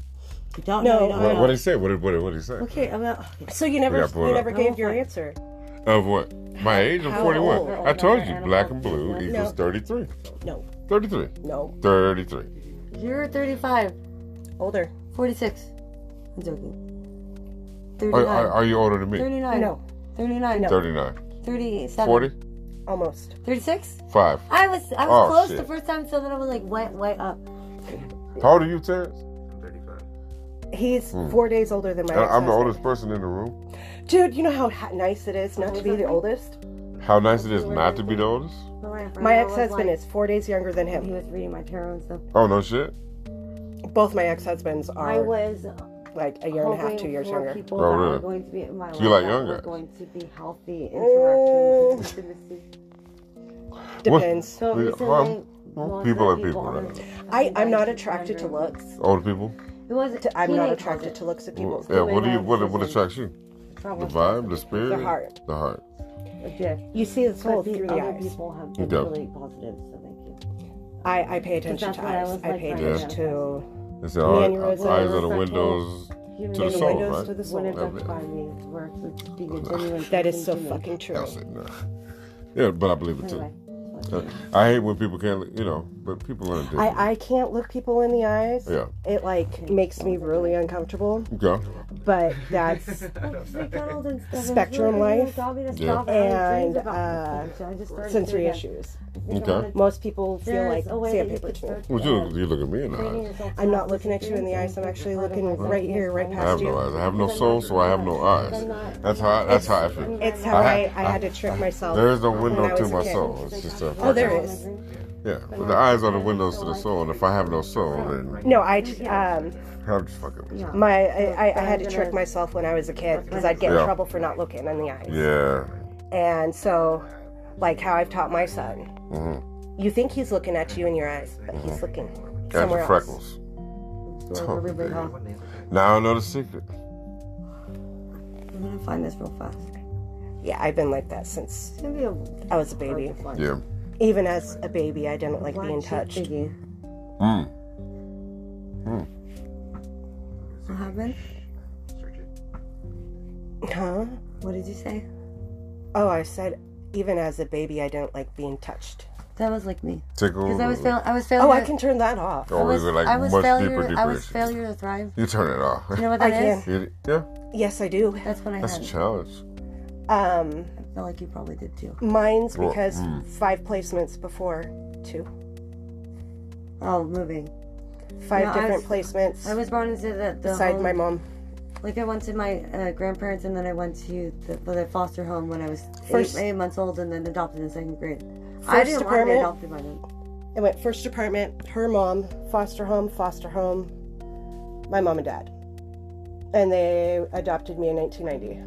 Speaker 6: You don't
Speaker 5: No.
Speaker 6: know. You don't
Speaker 1: What,
Speaker 6: know.
Speaker 1: what did he say? What did what, did- what did he say?
Speaker 6: okay, I'm not.
Speaker 5: So you never
Speaker 1: Yeah, pull it
Speaker 5: you
Speaker 1: up.
Speaker 5: never
Speaker 6: I
Speaker 5: gave
Speaker 6: won't
Speaker 5: your
Speaker 6: fight.
Speaker 5: answer.
Speaker 1: Of what? My age? I'm
Speaker 5: How
Speaker 1: 41.
Speaker 5: old?
Speaker 1: I told you,
Speaker 3: Animal
Speaker 1: black and blue
Speaker 3: business.
Speaker 1: equals
Speaker 5: No.
Speaker 1: 33.
Speaker 5: No,
Speaker 1: 33.
Speaker 5: no,
Speaker 1: 33.
Speaker 3: You're 35,
Speaker 5: older.
Speaker 3: 46. I'm joking.
Speaker 1: Are,
Speaker 3: 39.
Speaker 1: are, are you older than me?
Speaker 3: 39.
Speaker 5: No,
Speaker 3: 39.
Speaker 1: 39.
Speaker 3: 37.
Speaker 1: 40?
Speaker 5: almost.
Speaker 3: 36?
Speaker 1: 5.
Speaker 3: I was I
Speaker 1: Oh,
Speaker 3: was close
Speaker 1: shit.
Speaker 3: the first time, so then I was like, went way up.
Speaker 1: How old are you, Terrence?
Speaker 5: He's
Speaker 1: Hmm.
Speaker 5: four days older than my.
Speaker 1: I- I'm the
Speaker 5: ex-husband.
Speaker 1: oldest person in the room.
Speaker 5: Dude, you know how ha- nice it is not to be the oldest.
Speaker 1: How nice it is not to be the oldest?
Speaker 5: My ex-husband is four days younger than
Speaker 3: He
Speaker 5: him.
Speaker 3: was reading my tarot and stuff.
Speaker 1: Oh, no shit.
Speaker 5: Both my ex-husbands
Speaker 3: I
Speaker 5: are
Speaker 3: was
Speaker 5: like a year and a half,
Speaker 3: hoping
Speaker 5: two years
Speaker 3: for
Speaker 5: younger.
Speaker 3: People
Speaker 1: Oh,
Speaker 3: that
Speaker 1: really?
Speaker 3: are going to be in my
Speaker 1: So
Speaker 3: life
Speaker 1: you like
Speaker 3: that
Speaker 1: younger?
Speaker 3: were going to be healthy
Speaker 5: Mm.
Speaker 3: interactions, intimacy.
Speaker 5: Depends.
Speaker 3: So
Speaker 1: Yeah,
Speaker 3: recently,
Speaker 1: well, well,
Speaker 3: most
Speaker 1: people
Speaker 3: of
Speaker 1: are
Speaker 3: the
Speaker 1: people,
Speaker 3: on
Speaker 1: right?
Speaker 3: the-
Speaker 5: I I'm not
Speaker 3: on
Speaker 5: attracted to
Speaker 3: Instagram.
Speaker 5: looks.
Speaker 1: Older people?
Speaker 3: It was.
Speaker 5: To, I'm not attracted to looks of people.
Speaker 1: Yeah, what do you what what attracts you? The vibe, the spirit,
Speaker 5: The heart.
Speaker 1: The heart.
Speaker 3: Okay.
Speaker 5: You see the soul
Speaker 3: But
Speaker 5: through
Speaker 3: the
Speaker 5: the
Speaker 3: other
Speaker 5: eyes.
Speaker 3: people have
Speaker 1: You
Speaker 3: been
Speaker 1: don't.
Speaker 3: really positive, so thank you.
Speaker 5: I I pay attention
Speaker 3: that's
Speaker 5: to
Speaker 3: what I
Speaker 5: eyes.
Speaker 3: was
Speaker 5: I
Speaker 3: like
Speaker 5: pay
Speaker 3: right
Speaker 5: attention
Speaker 3: now.
Speaker 5: to
Speaker 1: They say, all right, eyes
Speaker 5: Mannerisms.
Speaker 1: are the windows
Speaker 3: You
Speaker 1: to the
Speaker 3: really
Speaker 1: soul,
Speaker 5: windows
Speaker 1: right?
Speaker 5: to the soul.
Speaker 3: When it
Speaker 1: That
Speaker 3: does
Speaker 1: bit.
Speaker 3: by me, where it's being a genuine
Speaker 5: that is
Speaker 3: person
Speaker 5: so
Speaker 3: to me.
Speaker 5: fucking true.
Speaker 1: That's it. No. Yeah, but I believe it too.
Speaker 3: Anyway,
Speaker 1: Uh, I hate when people can't, you know, but people are different.
Speaker 5: I, I can't look people in the eyes.
Speaker 1: Yeah.
Speaker 5: It like makes me really uncomfortable.
Speaker 1: okay.
Speaker 5: But that's
Speaker 3: like McDonald's and stuff, and
Speaker 5: Spectrum
Speaker 3: it's really
Speaker 5: life
Speaker 3: got me to
Speaker 1: Yeah.
Speaker 3: stop having
Speaker 5: and,
Speaker 3: dreams about
Speaker 5: uh,
Speaker 3: this, so I just started
Speaker 5: sensory
Speaker 3: doing that.
Speaker 5: issues.
Speaker 3: There's a
Speaker 1: Okay.
Speaker 3: lot of-
Speaker 5: Most people feel
Speaker 3: there's
Speaker 5: like
Speaker 3: a way that you
Speaker 5: sandpaper
Speaker 3: could
Speaker 5: to me.
Speaker 3: start,
Speaker 1: Well,
Speaker 3: uh,
Speaker 1: you, you look at me in the
Speaker 3: training
Speaker 1: eyes.
Speaker 3: yourself to
Speaker 5: I'm
Speaker 3: have
Speaker 5: not
Speaker 3: this
Speaker 5: looking at you in the
Speaker 3: experience
Speaker 5: eyes. I'm
Speaker 3: and
Speaker 5: actually
Speaker 3: you're part of
Speaker 5: looking
Speaker 3: myself,
Speaker 5: right
Speaker 3: yes,
Speaker 5: here, right
Speaker 3: I'm
Speaker 1: I
Speaker 5: past
Speaker 1: have
Speaker 5: you.
Speaker 1: no eyes. I have no soul, so I have no eyes. That's how. That's how I feel.
Speaker 5: It's how
Speaker 1: I
Speaker 5: I,
Speaker 1: had-
Speaker 5: I, had to
Speaker 1: Um,
Speaker 5: trick myself.
Speaker 1: There is no
Speaker 5: When I
Speaker 1: window
Speaker 5: was
Speaker 1: to
Speaker 5: a
Speaker 1: my
Speaker 5: kid.
Speaker 1: soul. It's just a.
Speaker 5: Oh, there
Speaker 1: fucking-
Speaker 5: is.
Speaker 1: Yeah, but the eyes are the windows to the soul, and if I have no soul, then
Speaker 5: No, I um
Speaker 1: I'm just fucking.
Speaker 5: my I, I, I had to trick myself when I was a kid because I'd get in
Speaker 1: Yeah.
Speaker 5: trouble for not looking in the eyes.
Speaker 1: Yeah.
Speaker 5: And so, like how I've taught my son,
Speaker 1: Mm-hmm.
Speaker 5: you think he's looking at you in your eyes, but he's looking
Speaker 1: Got
Speaker 5: somewhere
Speaker 1: your
Speaker 5: else.
Speaker 1: freckles.
Speaker 3: where everybody else-
Speaker 1: Now I know the secret.
Speaker 6: I'm gonna find this real fast.
Speaker 5: Yeah, I've been like that since
Speaker 3: It's gonna be a-
Speaker 5: I was a baby.
Speaker 1: Yeah.
Speaker 5: Even as a baby, I didn't like being touched.
Speaker 3: Thingy.
Speaker 1: Mm.
Speaker 6: What happened?
Speaker 5: Huh?
Speaker 6: What did you say?
Speaker 5: Oh, I said, even as a baby, I didn't like being touched.
Speaker 6: That was like me.
Speaker 1: Tickle.
Speaker 6: Because I was failing. I was failing.
Speaker 5: Oh, I
Speaker 6: at-
Speaker 5: can turn that off.
Speaker 6: I
Speaker 1: Or Oh, we
Speaker 6: was,
Speaker 1: were like
Speaker 6: I was
Speaker 1: much
Speaker 6: failure.
Speaker 1: deeper
Speaker 6: I was
Speaker 1: depression.
Speaker 6: failure to thrive.
Speaker 1: You turn it
Speaker 6: You
Speaker 1: off.
Speaker 6: know what
Speaker 5: I
Speaker 6: that is?
Speaker 1: You- yeah.
Speaker 5: Yes, I do.
Speaker 6: That's what I
Speaker 1: That's a
Speaker 6: had.
Speaker 1: challenge.
Speaker 5: Um,
Speaker 6: I feel like you probably did too.
Speaker 5: mine's
Speaker 1: Well, hmm.
Speaker 5: because five placements before two,
Speaker 6: Oh, moving.
Speaker 5: five
Speaker 6: No, I
Speaker 5: different
Speaker 6: was-
Speaker 5: placements
Speaker 6: I was born into the the
Speaker 5: beside
Speaker 6: home-
Speaker 5: my mom.
Speaker 6: Like I went to my uh, grandparents, and then I went to the, the foster home when I was
Speaker 5: First-
Speaker 6: eight, eight months old, and then adopted in second grade. I
Speaker 5: First
Speaker 6: didn't want
Speaker 5: apartment?
Speaker 6: to be adopted by them.
Speaker 5: It went first apartment, her mom, foster home, foster home, my mom and dad. And they adopted me in 1990.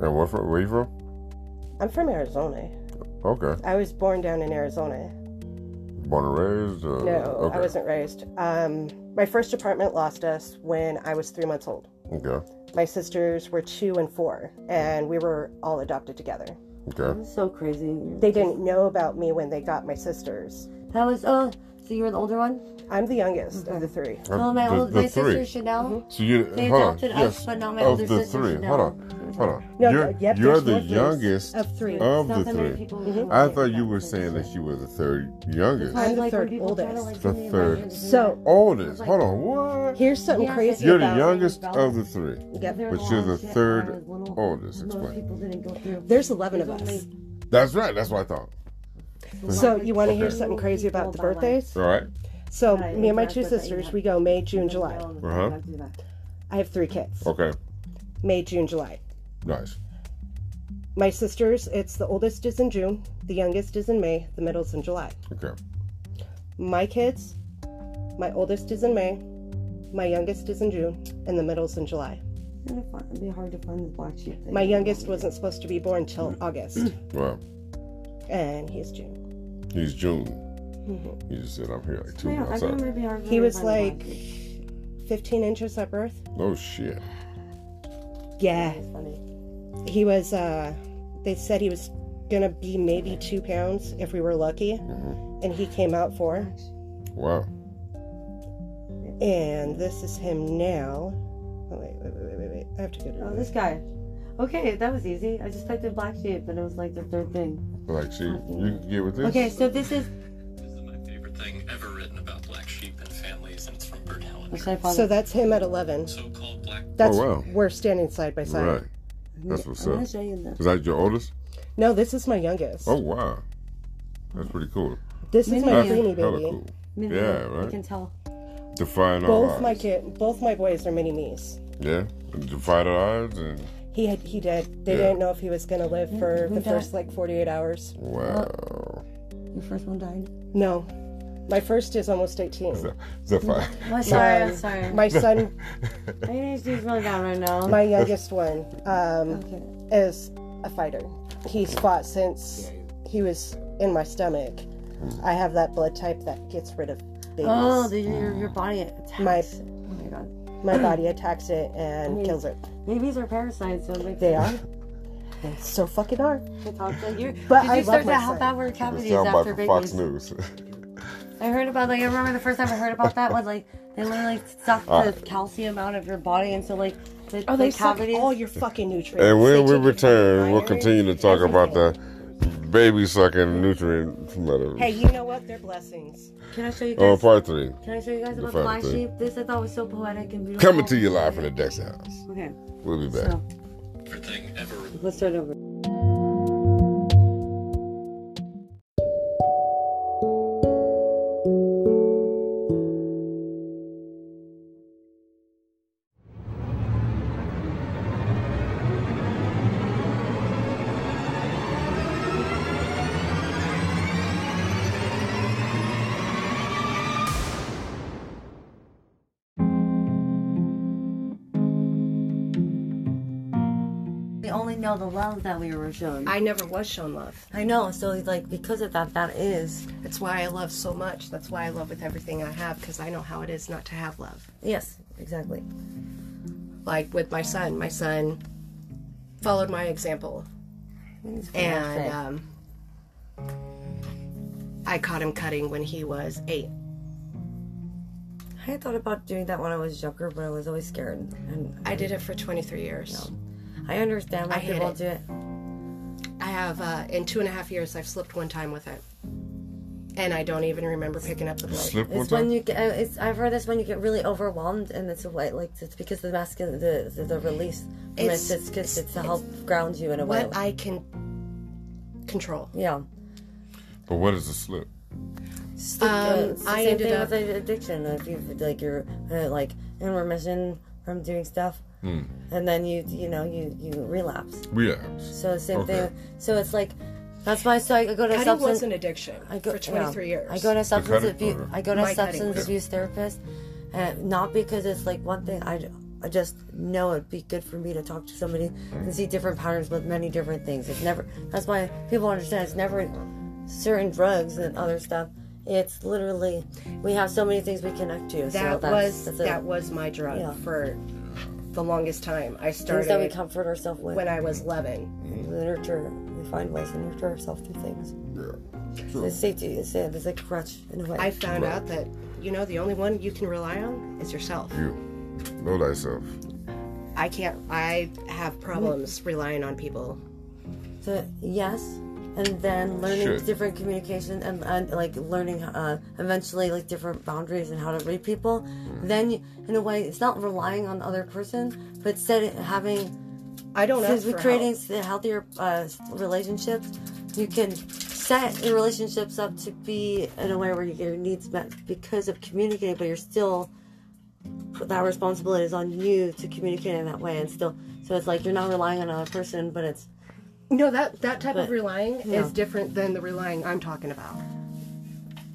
Speaker 1: And where from? Where you from?
Speaker 5: I'm from Arizona.
Speaker 1: Okay.
Speaker 5: I was born down in Arizona.
Speaker 1: Born and raised. Uh,
Speaker 5: No,
Speaker 1: okay.
Speaker 5: I wasn't raised. Um, my first apartment lost us when I was three months old.
Speaker 1: Okay.
Speaker 5: My sisters were two and four, and we were all adopted together.
Speaker 1: Okay.
Speaker 6: It's so crazy.
Speaker 5: They didn't know about me when they got my sisters.
Speaker 6: That was oh, so you were the older one.
Speaker 5: I'm the youngest of the three.
Speaker 6: Oh, my
Speaker 1: the,
Speaker 6: old
Speaker 1: the
Speaker 6: my sister
Speaker 1: three.
Speaker 6: Chanel.
Speaker 1: So you
Speaker 6: They
Speaker 1: hold on.
Speaker 6: adopted us,
Speaker 1: yes,
Speaker 6: but not my
Speaker 1: of
Speaker 6: older
Speaker 1: the
Speaker 6: sister,
Speaker 1: three.
Speaker 6: no.
Speaker 1: Hold on, hold on.
Speaker 5: No,
Speaker 1: you're
Speaker 5: no, yep,
Speaker 1: you're
Speaker 5: there's
Speaker 1: the
Speaker 5: more things.
Speaker 1: youngest
Speaker 5: Of three.
Speaker 1: of
Speaker 3: Not
Speaker 1: the
Speaker 3: that many
Speaker 1: three.
Speaker 3: people
Speaker 5: Mm-hmm.
Speaker 3: who
Speaker 1: I
Speaker 3: like
Speaker 1: thought
Speaker 3: that
Speaker 1: you were
Speaker 3: person.
Speaker 1: saying that you were the third youngest,
Speaker 5: I'm the
Speaker 6: Like,
Speaker 5: third
Speaker 6: people try to,
Speaker 5: oldest.
Speaker 6: like,
Speaker 1: The
Speaker 6: give me a
Speaker 1: third.
Speaker 6: bunch of-
Speaker 5: So
Speaker 1: oldest. Hold on, what?
Speaker 5: here's something
Speaker 6: Yes,
Speaker 5: crazy
Speaker 1: You're the
Speaker 5: about
Speaker 1: youngest of the three,
Speaker 5: Yep.
Speaker 6: They're
Speaker 1: but you're
Speaker 6: long
Speaker 1: the
Speaker 6: shit when I
Speaker 1: third
Speaker 6: was little.
Speaker 1: oldest.
Speaker 6: Most
Speaker 1: Explain.
Speaker 6: people didn't go through.
Speaker 5: There's 11 of us.
Speaker 1: That's right. That's what I thought.
Speaker 5: So you want to hear
Speaker 1: Okay.
Speaker 5: something crazy about the
Speaker 6: People by
Speaker 5: birthdays?
Speaker 1: All right.
Speaker 5: So
Speaker 6: Right,
Speaker 5: me and my two
Speaker 6: exactly, but you
Speaker 5: sisters,
Speaker 6: have-
Speaker 5: we go May, June, July.
Speaker 1: Uh huh.
Speaker 5: I have three kids.
Speaker 1: Okay.
Speaker 5: May, June, July.
Speaker 1: Nice.
Speaker 5: My sisters, it's the oldest is in June, the youngest is in May, the middle's in July.
Speaker 1: Okay.
Speaker 5: My kids, my oldest is in May, my youngest is in June, and the middle's in July.
Speaker 6: It'd be hard to find the black sheep. thing.
Speaker 5: My youngest wasn't supposed to be born till August,
Speaker 1: Well,
Speaker 5: and he's June.
Speaker 1: he's June.
Speaker 5: Mm-hmm.
Speaker 1: You just said I'm here like two
Speaker 6: Yeah, I
Speaker 1: months
Speaker 6: think
Speaker 1: out.
Speaker 6: it might be hard. for
Speaker 5: He
Speaker 6: me to
Speaker 5: was
Speaker 6: find the black
Speaker 5: like
Speaker 6: sheep.
Speaker 5: 15 inches at birth.
Speaker 1: Oh shit.
Speaker 5: Yeah. He was, uh, they said he was gonna be maybe two pounds
Speaker 1: Uh-huh.
Speaker 5: if we were lucky, and he came out four.
Speaker 1: Wow.
Speaker 5: And this is him now. Oh, wait, wait, wait, wait, wait, wait. I have to get it.
Speaker 6: Oh, this guy. Okay, that was easy. I just typed in black sheep, and it was like the third thing.
Speaker 1: Like, see, you can get with this.
Speaker 6: Okay, so this is.
Speaker 8: This is my favorite thing ever written about black sheep and families, and it's from Bert Hellinger.
Speaker 6: What should I pause
Speaker 5: So
Speaker 6: it?
Speaker 5: that's him at 11.
Speaker 8: So-called black
Speaker 5: That's
Speaker 1: Oh, wow.
Speaker 5: we're standing side by side.
Speaker 1: Right. That's what's
Speaker 6: I'm
Speaker 1: up.
Speaker 6: gonna show you the.
Speaker 1: Is that your oldest?
Speaker 5: No, this is my youngest.
Speaker 1: Oh, wow. That's pretty cool.
Speaker 5: This is my
Speaker 1: That's
Speaker 5: weenie
Speaker 1: hella
Speaker 5: baby.
Speaker 1: cool.
Speaker 6: mini-
Speaker 1: Yeah,
Speaker 6: You
Speaker 1: right.
Speaker 6: can tell.
Speaker 1: Defying our
Speaker 5: Both
Speaker 1: odds.
Speaker 5: my kid, both my boys are mini me's.
Speaker 1: Yeah, defied our odds and
Speaker 5: He had, he did. They
Speaker 1: Yeah.
Speaker 5: didn't know if he was gonna live for the
Speaker 6: Mm-hmm. Who's that?
Speaker 5: first like 48 hours.
Speaker 1: wow.
Speaker 6: Your first one died.
Speaker 5: No, my first is almost 18.
Speaker 1: Defy.
Speaker 6: Oh, sorry, I'm sorry. My
Speaker 5: My son,
Speaker 6: ADHD is really down right now.
Speaker 5: my youngest one, um,
Speaker 6: okay.
Speaker 5: is a fighter. He's fought since he was in my stomach. I have that blood type that gets rid of babies.
Speaker 6: Oh, the, your, your body attacks.
Speaker 5: My-
Speaker 6: it. oh my god.
Speaker 5: my body attacks it and kills it.
Speaker 6: Babies are parasites, so it makes
Speaker 5: They
Speaker 6: sense.
Speaker 5: are. They so fucking are.
Speaker 6: It's all good. You're,
Speaker 5: But
Speaker 6: did
Speaker 5: I
Speaker 6: you
Speaker 5: love
Speaker 6: start
Speaker 5: my
Speaker 6: to help
Speaker 5: son.
Speaker 6: out with cavities
Speaker 1: Soundbite
Speaker 6: after
Speaker 1: from
Speaker 6: babies?
Speaker 1: Fox News.
Speaker 6: I heard about like I remember the first time I heard about that was like they literally suck the
Speaker 1: Ah.
Speaker 6: calcium out of your body and so like the,
Speaker 5: Oh,
Speaker 6: the
Speaker 5: they suck
Speaker 6: cavities.
Speaker 5: all your fucking nutrients.
Speaker 1: and
Speaker 5: They
Speaker 1: when we
Speaker 5: take your
Speaker 1: return,
Speaker 5: fucking
Speaker 1: we'll
Speaker 5: iron.
Speaker 1: continue to talk about the baby sucking nutrient matter.
Speaker 5: Hey, you know what? They're blessings.
Speaker 6: Can I show you
Speaker 1: On
Speaker 6: guys?
Speaker 1: part three,
Speaker 6: can I show you guys
Speaker 1: the
Speaker 6: about the
Speaker 1: final
Speaker 6: black
Speaker 1: Oh, thing.
Speaker 6: sheep? This I thought was so poetic and beautiful.
Speaker 1: coming to you live from the Dex House.
Speaker 6: Okay,
Speaker 1: We'll be back.
Speaker 6: so
Speaker 8: favorite thing ever written.
Speaker 6: let's start over. We only know the love that we were shown. I,
Speaker 5: I never was shown love.
Speaker 6: know. So it's like because of that, that is
Speaker 5: That's why I love so much. That's why I love with everything I have because I know how it is not to have love.
Speaker 6: yes, exactly.
Speaker 5: Like with my son, my son followed my example, and
Speaker 6: uh,
Speaker 5: um, I caught him cutting when he was eight.
Speaker 6: I had thought about doing that when I was younger, but I was always scared. And
Speaker 5: I did it for 23 years.
Speaker 6: I understand why
Speaker 5: I hate
Speaker 6: people
Speaker 5: it.
Speaker 6: do it.
Speaker 5: I have, uh, in two and a half years, I've slipped one time with it. And I don't even remember picking up the blade.
Speaker 1: Slip one
Speaker 6: It's
Speaker 1: time.
Speaker 6: when you get. uh, It's, I've heard this when you get really overwhelmed, and it's a way like it's because the masculine, the the, the release. from it,
Speaker 5: It's-
Speaker 6: it's it's, it's, to help ground you in a way.
Speaker 5: What I Um, can control.
Speaker 6: yeah.
Speaker 1: But what is a slip?
Speaker 6: Um,
Speaker 5: I
Speaker 6: same
Speaker 5: ended
Speaker 6: thing
Speaker 5: up-
Speaker 6: with like, addiction. If you like, you're uh, like in remission from doing stuff,
Speaker 1: Hmm.
Speaker 6: and then you you know you you relapse.
Speaker 1: Relapse.
Speaker 6: So the same
Speaker 1: Okay.
Speaker 6: thing. So it's like that's why. So I go to
Speaker 5: Cutting
Speaker 6: substance.
Speaker 5: was an addiction
Speaker 6: I go,
Speaker 5: for
Speaker 6: yeah.
Speaker 5: 23 years.
Speaker 6: I go to substance
Speaker 1: cutting
Speaker 6: abuse.
Speaker 1: order.
Speaker 6: I go to
Speaker 5: My cutting
Speaker 6: substance
Speaker 5: order.
Speaker 6: abuse therapist, and not because it's like one thing. I, I just know it'd be good for me to talk to somebody and see different patterns with many different things. It's never. That's why people understand. It's never certain drugs and other stuff. It's literally we have so many things we connect to. so
Speaker 5: that
Speaker 6: that's,
Speaker 5: was
Speaker 6: that's it.
Speaker 5: that was my drug
Speaker 6: Yeah.
Speaker 5: for the longest time. I
Speaker 6: things that we
Speaker 5: started
Speaker 6: comfort ourselves with.
Speaker 5: when I was 11.
Speaker 6: we nurture, we find ways to nurture ourselves through things. It's safety. It's, it's like a crutch in a way.
Speaker 5: I found out that you know the only one you can rely on is yourself.
Speaker 1: You know thyself.
Speaker 5: I can't. I have problems relying on people.
Speaker 6: So yes, and then learning
Speaker 1: Should.
Speaker 6: different communication and, and like learning uh, eventually like different boundaries and how to read people. Then you, in a way, it's not relying on the other person, but instead it- having
Speaker 5: I don't ask
Speaker 6: since
Speaker 5: Oh, for
Speaker 6: we're creating s- healthier uh, relationships, you can set your relationships up to be in a way where you get your needs met because of communicating, but you're still that responsibility is on you to communicate in that way and still so it's like you're not relying on another person but it's
Speaker 5: help. No, that that type of
Speaker 6: But-
Speaker 5: relying
Speaker 6: Yeah.
Speaker 5: is different than the relying I'm talking about.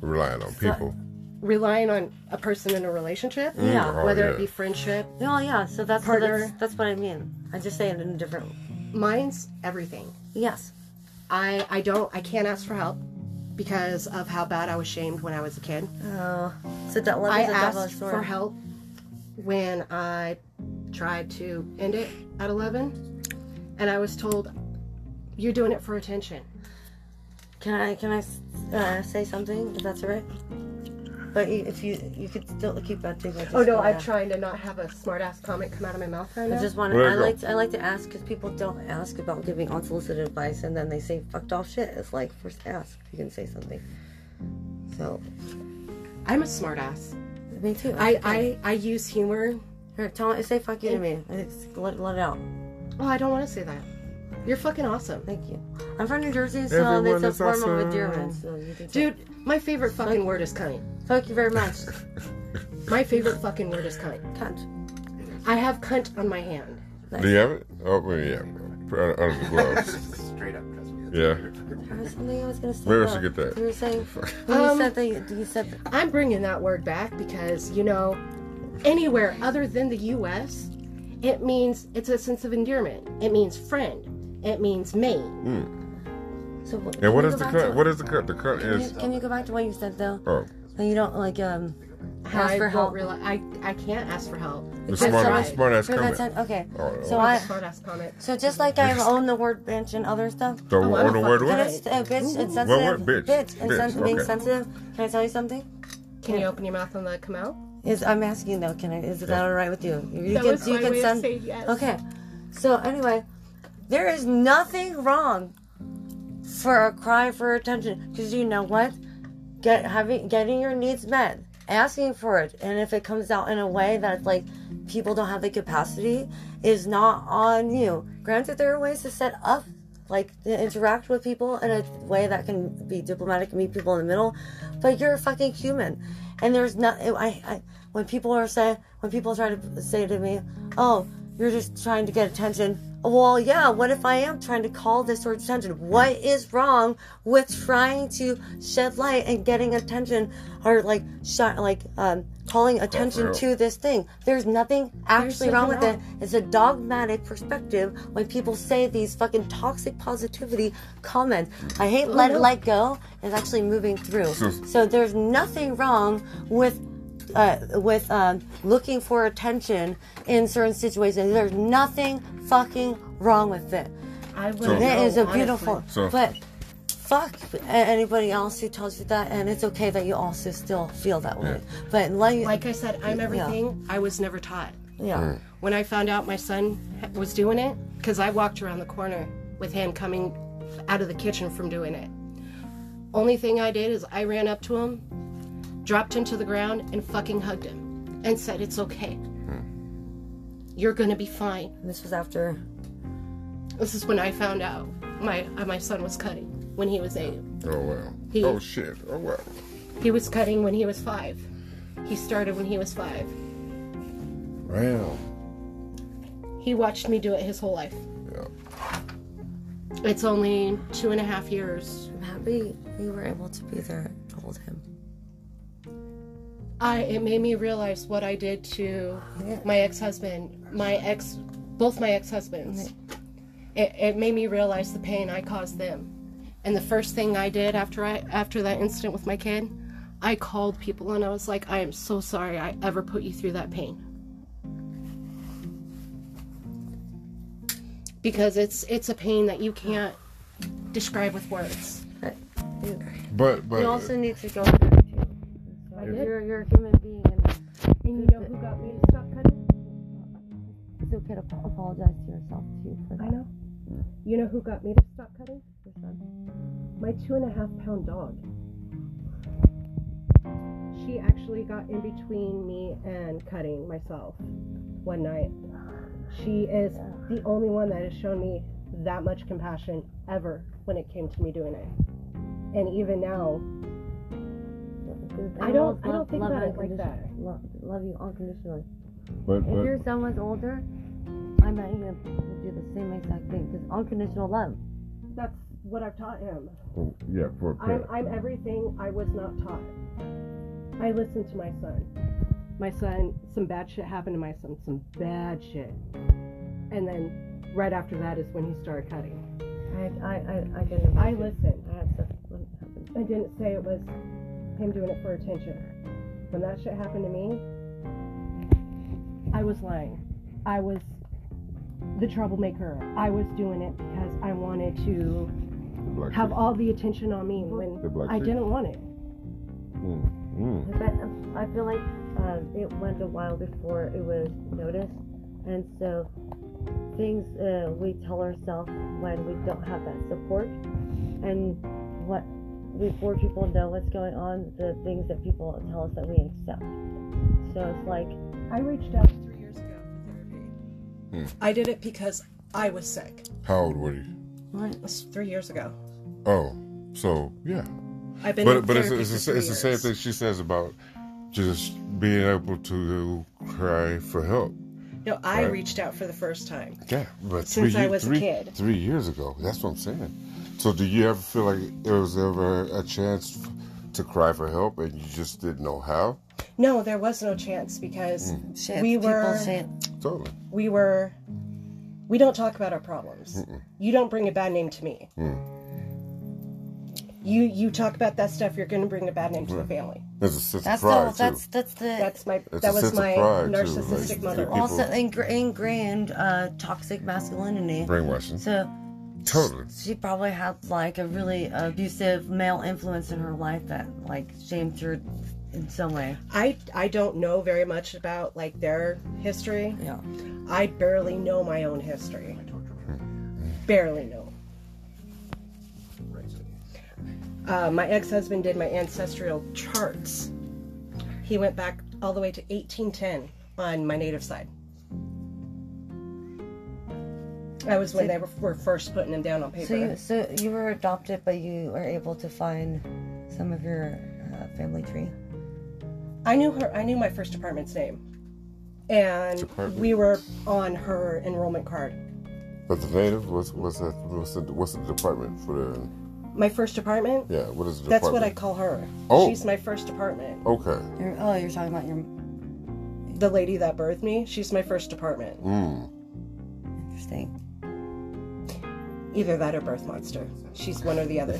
Speaker 1: Relying on people.
Speaker 5: Relying on a person in a relationship,
Speaker 6: Mm. Yeah.
Speaker 1: Oh,
Speaker 5: whether
Speaker 1: yeah.
Speaker 5: it be friendship,
Speaker 6: No, yeah. So that's so
Speaker 5: Partner.
Speaker 6: that's, that's what I mean. I just say it in a different.
Speaker 5: mine's everything.
Speaker 6: Yes.
Speaker 5: I I don't I can't ask for help because of how bad I was shamed when I was a kid.
Speaker 6: So that love
Speaker 5: I
Speaker 6: is a double
Speaker 5: asked
Speaker 6: sword.
Speaker 5: for help when I tried to end it at 11, and I was told, "You're doing it for attention."
Speaker 6: Can I can I uh, say something? If that's all right. But you, if you you could still keep that thing. I just
Speaker 5: Oh no,
Speaker 6: wanna-
Speaker 5: I'm trying to not have a smart ass comment come out of my mouth right
Speaker 6: I
Speaker 5: now.
Speaker 6: just want.
Speaker 1: There
Speaker 6: I
Speaker 1: you go.
Speaker 6: like. To, I like to ask because people don't ask about giving unsolicited advice, and then they say fucked off shit. It's like first ask if you can say something. So
Speaker 5: I'm a smart ass.
Speaker 6: me too.
Speaker 5: I, I, I use humor.
Speaker 6: Here, tell say fuck you to me. I just let, let it out.
Speaker 5: Oh, I don't want to say that. You're fucking awesome.
Speaker 6: Thank you. I'm from New Jersey, so
Speaker 1: Everyone
Speaker 6: that's
Speaker 1: is
Speaker 6: a form
Speaker 1: awesome.
Speaker 6: of endearment. So you can say-
Speaker 5: Dude, my favorite fucking word is cunt.
Speaker 6: Thank you very much.
Speaker 5: My favorite fucking word is cunt.
Speaker 6: Cunt.
Speaker 5: I have cunt on my hand.
Speaker 1: Do you have it? Oh, well, yeah. Put it Under the gloves.
Speaker 2: Straight up, trust me.
Speaker 1: Yeah.
Speaker 6: There was something I was gonna say.
Speaker 1: Where else
Speaker 6: though.
Speaker 1: you get that?
Speaker 6: You were saying when you
Speaker 5: Um,
Speaker 6: said that you, you said
Speaker 5: I'm bringing that word back because, you know, anywhere other than the US, it means it's a sense of endearment. It means friend. It means mate.
Speaker 6: Mm. so. what-
Speaker 1: And what
Speaker 6: can you
Speaker 1: is the
Speaker 6: go back
Speaker 1: cut?
Speaker 6: to-
Speaker 1: What is the cut? The cut
Speaker 6: Can you,
Speaker 1: is.
Speaker 6: can you go back to what you said though?
Speaker 1: Oh,
Speaker 6: That you don't like um ask
Speaker 5: I
Speaker 6: for
Speaker 5: don't
Speaker 6: help.
Speaker 5: reali- I, I can't ask for help.
Speaker 1: the
Speaker 6: That's
Speaker 1: smart,
Speaker 6: alright.
Speaker 1: smart ass
Speaker 6: Sure, that's
Speaker 1: comment.
Speaker 6: it. Okay.
Speaker 1: Oh,
Speaker 6: so
Speaker 1: oh.
Speaker 6: I
Speaker 5: Smart ass comment.
Speaker 6: so just like I own the word bitch and other stuff.
Speaker 1: The,
Speaker 5: Oh,
Speaker 1: or
Speaker 5: I'm
Speaker 1: the
Speaker 5: a
Speaker 1: word
Speaker 5: fucking
Speaker 6: Can I,
Speaker 1: what?
Speaker 6: uh, bitch and sensitive.
Speaker 1: word? Bitch.
Speaker 6: and
Speaker 1: Bitch,
Speaker 6: sen- being
Speaker 1: okay.
Speaker 6: sensitive. Can I tell you something?
Speaker 5: Can you open your mouth and let it come out?
Speaker 6: Is I'm asking though. Can I? Is that all right with you? You
Speaker 5: That
Speaker 6: can.
Speaker 5: was
Speaker 6: you
Speaker 5: my
Speaker 6: can
Speaker 5: way of
Speaker 6: send.
Speaker 5: saying yes.
Speaker 6: Okay. So anyway, there is nothing wrong for a cry for attention because you know what? Get having getting your needs met, asking for it, and if it comes out in a way that like people don't have the capacity, is not on you. Granted, there are ways to set up like to interact with people in a way that can be diplomatic and meet people in the middle but you're a fucking human and there's not I, I when people are say when people try to say to me oh you're just trying to get attention well yeah what if i am trying to call this sort of attention what is wrong with trying to shed light and getting attention or like shot like um calling attention
Speaker 1: help.
Speaker 6: to this thing there's nothing actually
Speaker 5: nothing
Speaker 6: wrong with
Speaker 5: wrong.
Speaker 6: it it's a dogmatic perspective when people say these fucking toxic positivity comments. I hate let it let go is actually moving through. So there's nothing wrong with uh, with um, looking for attention in certain situations. There's nothing fucking wrong with it.
Speaker 5: I would.
Speaker 1: So-
Speaker 6: It is a
Speaker 5: honestly.
Speaker 6: beautiful.
Speaker 1: So-
Speaker 6: But fuck a- anybody else who tells you that, and it's okay that you also still feel that way. But let you,
Speaker 5: Like I said, I'm everything I was never taught.
Speaker 6: yeah.
Speaker 5: When I found out my son ha- was doing it, because I walked around the corner with him coming out of the kitchen from doing it. Only thing I did is I ran up to him, dropped him to the ground, and fucking hugged him and said, It's okay. You're gonna be fine.
Speaker 6: And This was after.
Speaker 5: This is when I found out my uh, my son was cutting when he was eight.
Speaker 1: Oh wow.
Speaker 5: He-
Speaker 1: Oh shit. Oh wow.
Speaker 5: He was cutting when he was five. He started when he was five.
Speaker 1: Wow.
Speaker 5: He watched me do it his whole life.
Speaker 1: Yeah.
Speaker 5: It's only two and a half years.
Speaker 6: I'm happy you were able to be there to hold him.
Speaker 5: I it made me realize what I did to my ex-husband, my ex, both my ex-husbands. It, it made me realize the pain I caused them. And the first thing I did after I after that incident with my kid, I called people and I was like, I am so sorry I ever put you through that pain. Because it's it's a pain that you can't describe with words.
Speaker 6: But you,
Speaker 1: But but
Speaker 6: you also need to go there too. Like you're, you're a human being and
Speaker 5: And you know who got me to stop cutting?
Speaker 6: it's okay to ap- apologize to yourself too for that.
Speaker 5: know. You know who got me to stop cutting? My two and a half pound dog. She actually got in between me and cutting myself one night. She is the only one that has shown me that much compassion ever when it came to me doing it. And even now,
Speaker 6: Because
Speaker 5: I don't-
Speaker 6: animals
Speaker 5: I don't think about it like
Speaker 6: uncondition-
Speaker 5: that.
Speaker 6: Love, love you unconditionally.
Speaker 1: but
Speaker 6: If
Speaker 1: but
Speaker 6: you're someone older, I bet you would do the same exact thing because unconditional love.
Speaker 5: that's what I've taught him.
Speaker 1: oh, yeah for a
Speaker 5: I'm,
Speaker 1: pet.
Speaker 5: I'm everything I was not taught. I listened to my son. My son, some bad shit happened to my son, some bad shit. And then right after that is when he started cutting.
Speaker 6: I I I, I can.
Speaker 5: I listened.
Speaker 6: I had stuff when it happened.
Speaker 5: I didn't say it was him doing it for attention. When that shit happened to me, I was lying. I was the troublemaker. I was doing it because I wanted to
Speaker 1: The black
Speaker 5: have
Speaker 1: sheep.
Speaker 5: all the attention on me when
Speaker 1: The black
Speaker 5: I
Speaker 1: sheep.
Speaker 5: didn't want it.
Speaker 1: Mm. Mm.
Speaker 6: But um, I feel like um, it went a while before it was noticed, and so things uh, we tell ourselves when we don't have that support, and what before people know what's going on, the things that people tell us that we accept. So it's like
Speaker 5: I reached out three years ago for therapy.
Speaker 1: Hmm.
Speaker 5: I did it because I was sick.
Speaker 1: How old were you?
Speaker 5: It was three years ago.
Speaker 1: Oh, so yeah.
Speaker 5: I've been
Speaker 1: But
Speaker 5: in
Speaker 1: but it's
Speaker 5: therapy
Speaker 1: it's,
Speaker 5: for
Speaker 1: the- it's the
Speaker 5: three
Speaker 1: same
Speaker 5: years.
Speaker 1: thing she says about just being able to cry for help.
Speaker 5: No, I
Speaker 1: right?
Speaker 5: reached out for the first time.
Speaker 1: Yeah, but
Speaker 5: Since
Speaker 1: three,
Speaker 5: I
Speaker 1: ye-
Speaker 5: was a
Speaker 1: three-
Speaker 5: kid.
Speaker 1: three years ago. That's what I'm saying. So, do you ever feel like there was ever a chance f- to cry for help and you just didn't know how?
Speaker 5: No, there was no chance because
Speaker 6: shit,
Speaker 5: we were
Speaker 6: people say
Speaker 1: Totally.
Speaker 5: we were we don't talk about our problems. You don't bring a bad name to me.
Speaker 1: Mm.
Speaker 5: You you talk about that stuff, you're going to bring a bad name to the family.
Speaker 1: There's a sense
Speaker 6: that's
Speaker 1: of pride
Speaker 6: the
Speaker 1: too.
Speaker 6: that's that's the
Speaker 5: That's my
Speaker 1: It's a
Speaker 5: that
Speaker 1: sense
Speaker 5: was
Speaker 1: of
Speaker 5: my
Speaker 1: pride, too,
Speaker 5: narcissistic
Speaker 1: like,
Speaker 5: mother.
Speaker 1: people-
Speaker 6: also ingr- ingrained uh, toxic masculinity.
Speaker 1: Brainwashing.
Speaker 6: So
Speaker 1: Totally.
Speaker 6: she probably had like a really abusive male influence in her life that like shamed her in some way.
Speaker 5: I I don't know very much about like their history.
Speaker 6: Yeah.
Speaker 5: I barely know my own history. Barely know. Uh, my ex-husband did my ancestral charts. He went back all the way to 1810 on my native side. That was when they were, were first putting him down on paper.
Speaker 6: So you so you were adopted, but you were able to find some of your uh, family tree.
Speaker 5: I knew her. I knew my first department's name, and
Speaker 1: Department?
Speaker 5: we were on her enrollment card.
Speaker 1: But the native, what's what's that? What's the, what's the department for the?
Speaker 5: My first department.
Speaker 1: Yeah, what is the
Speaker 5: That's what I
Speaker 1: department?
Speaker 5: call her.
Speaker 1: Oh.
Speaker 5: She's my first department.
Speaker 1: what I. Okay.
Speaker 6: You're, oh, you're talking about your
Speaker 5: The lady that birthed me, she's my first department.
Speaker 1: Mm.
Speaker 6: interesting.
Speaker 5: Either that or birth monster. She's one or the other.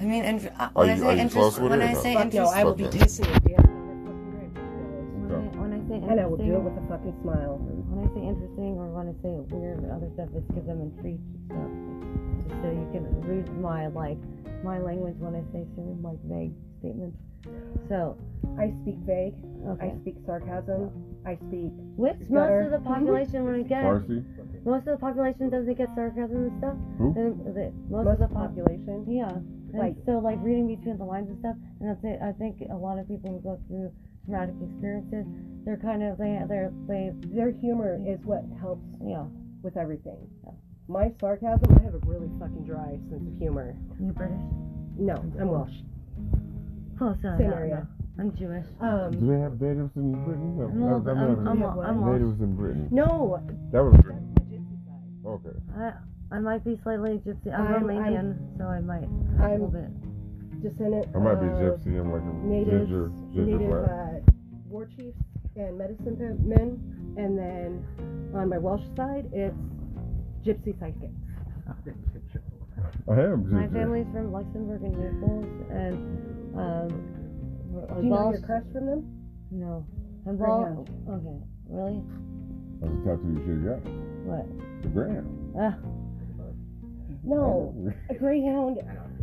Speaker 6: I mean, and uh,
Speaker 1: Are
Speaker 6: when I
Speaker 1: you-
Speaker 6: say
Speaker 1: are you
Speaker 6: interest-
Speaker 1: close with
Speaker 6: when
Speaker 1: her or
Speaker 6: I
Speaker 1: not?
Speaker 6: say
Speaker 5: Fuck no, I will be
Speaker 1: Okay.
Speaker 5: decent.
Speaker 6: when, I, when I say interesting,
Speaker 5: And I will do it with a fucking smile.
Speaker 6: when I say interesting or when I say weird or other stuff, it's because I'm intrigued. So, just so you can read my like my language when I say certain like vague statements. So
Speaker 5: I speak vague.
Speaker 6: okay,
Speaker 5: speak sarcasm. I speak.
Speaker 6: which most
Speaker 5: Stutter.
Speaker 6: of the population when it gets
Speaker 1: Marcy?
Speaker 6: most of the population doesn't get sarcasm and stuff.
Speaker 1: Who?
Speaker 6: The, the, most, of the population. Yeah. And
Speaker 5: Like-
Speaker 6: so, like reading between the lines and stuff, and that's it. I think a lot of people who go through traumatic experiences, they're kind of they they're they
Speaker 5: Their humor is what helps
Speaker 6: yeah.
Speaker 5: with everything. My sarcasm, I have a really fucking dry sense of humor.
Speaker 6: You British?
Speaker 5: No, I'm Welsh.
Speaker 6: Close enough.
Speaker 5: Same area.
Speaker 6: I'm Jewish.
Speaker 5: Um,
Speaker 1: Do they have natives in Britain? No,
Speaker 6: I'm, I'm, I'm, I'm,
Speaker 5: what?
Speaker 6: I'm Welsh.
Speaker 1: natives in Britain.
Speaker 5: no,
Speaker 1: That was okay.
Speaker 6: I, I might be slightly gypsy. I'm,
Speaker 5: I'm- I'm-
Speaker 6: Romanian, so I might a
Speaker 5: I'm
Speaker 6: little bit.
Speaker 5: descendant.
Speaker 1: I might be
Speaker 5: of
Speaker 1: gypsy. I'm like a
Speaker 5: Uh, Native,
Speaker 1: ginger, ginger
Speaker 5: native
Speaker 1: black.
Speaker 5: uh, war chiefs and medicine men, and then on my Welsh side, it's gypsy psychic. uh,
Speaker 1: I am ginger.
Speaker 6: My family's from Luxembourg and Naples, and um, we're-
Speaker 5: Do you
Speaker 6: I'm
Speaker 5: know
Speaker 6: Welsh.
Speaker 5: your crest from them?
Speaker 6: No, I'm Welsh.
Speaker 5: Greyhound.
Speaker 6: Okay, really?
Speaker 1: I was talking to you. She got it.
Speaker 6: What?
Speaker 1: the ground.
Speaker 6: Ah,
Speaker 5: No, a greyhound.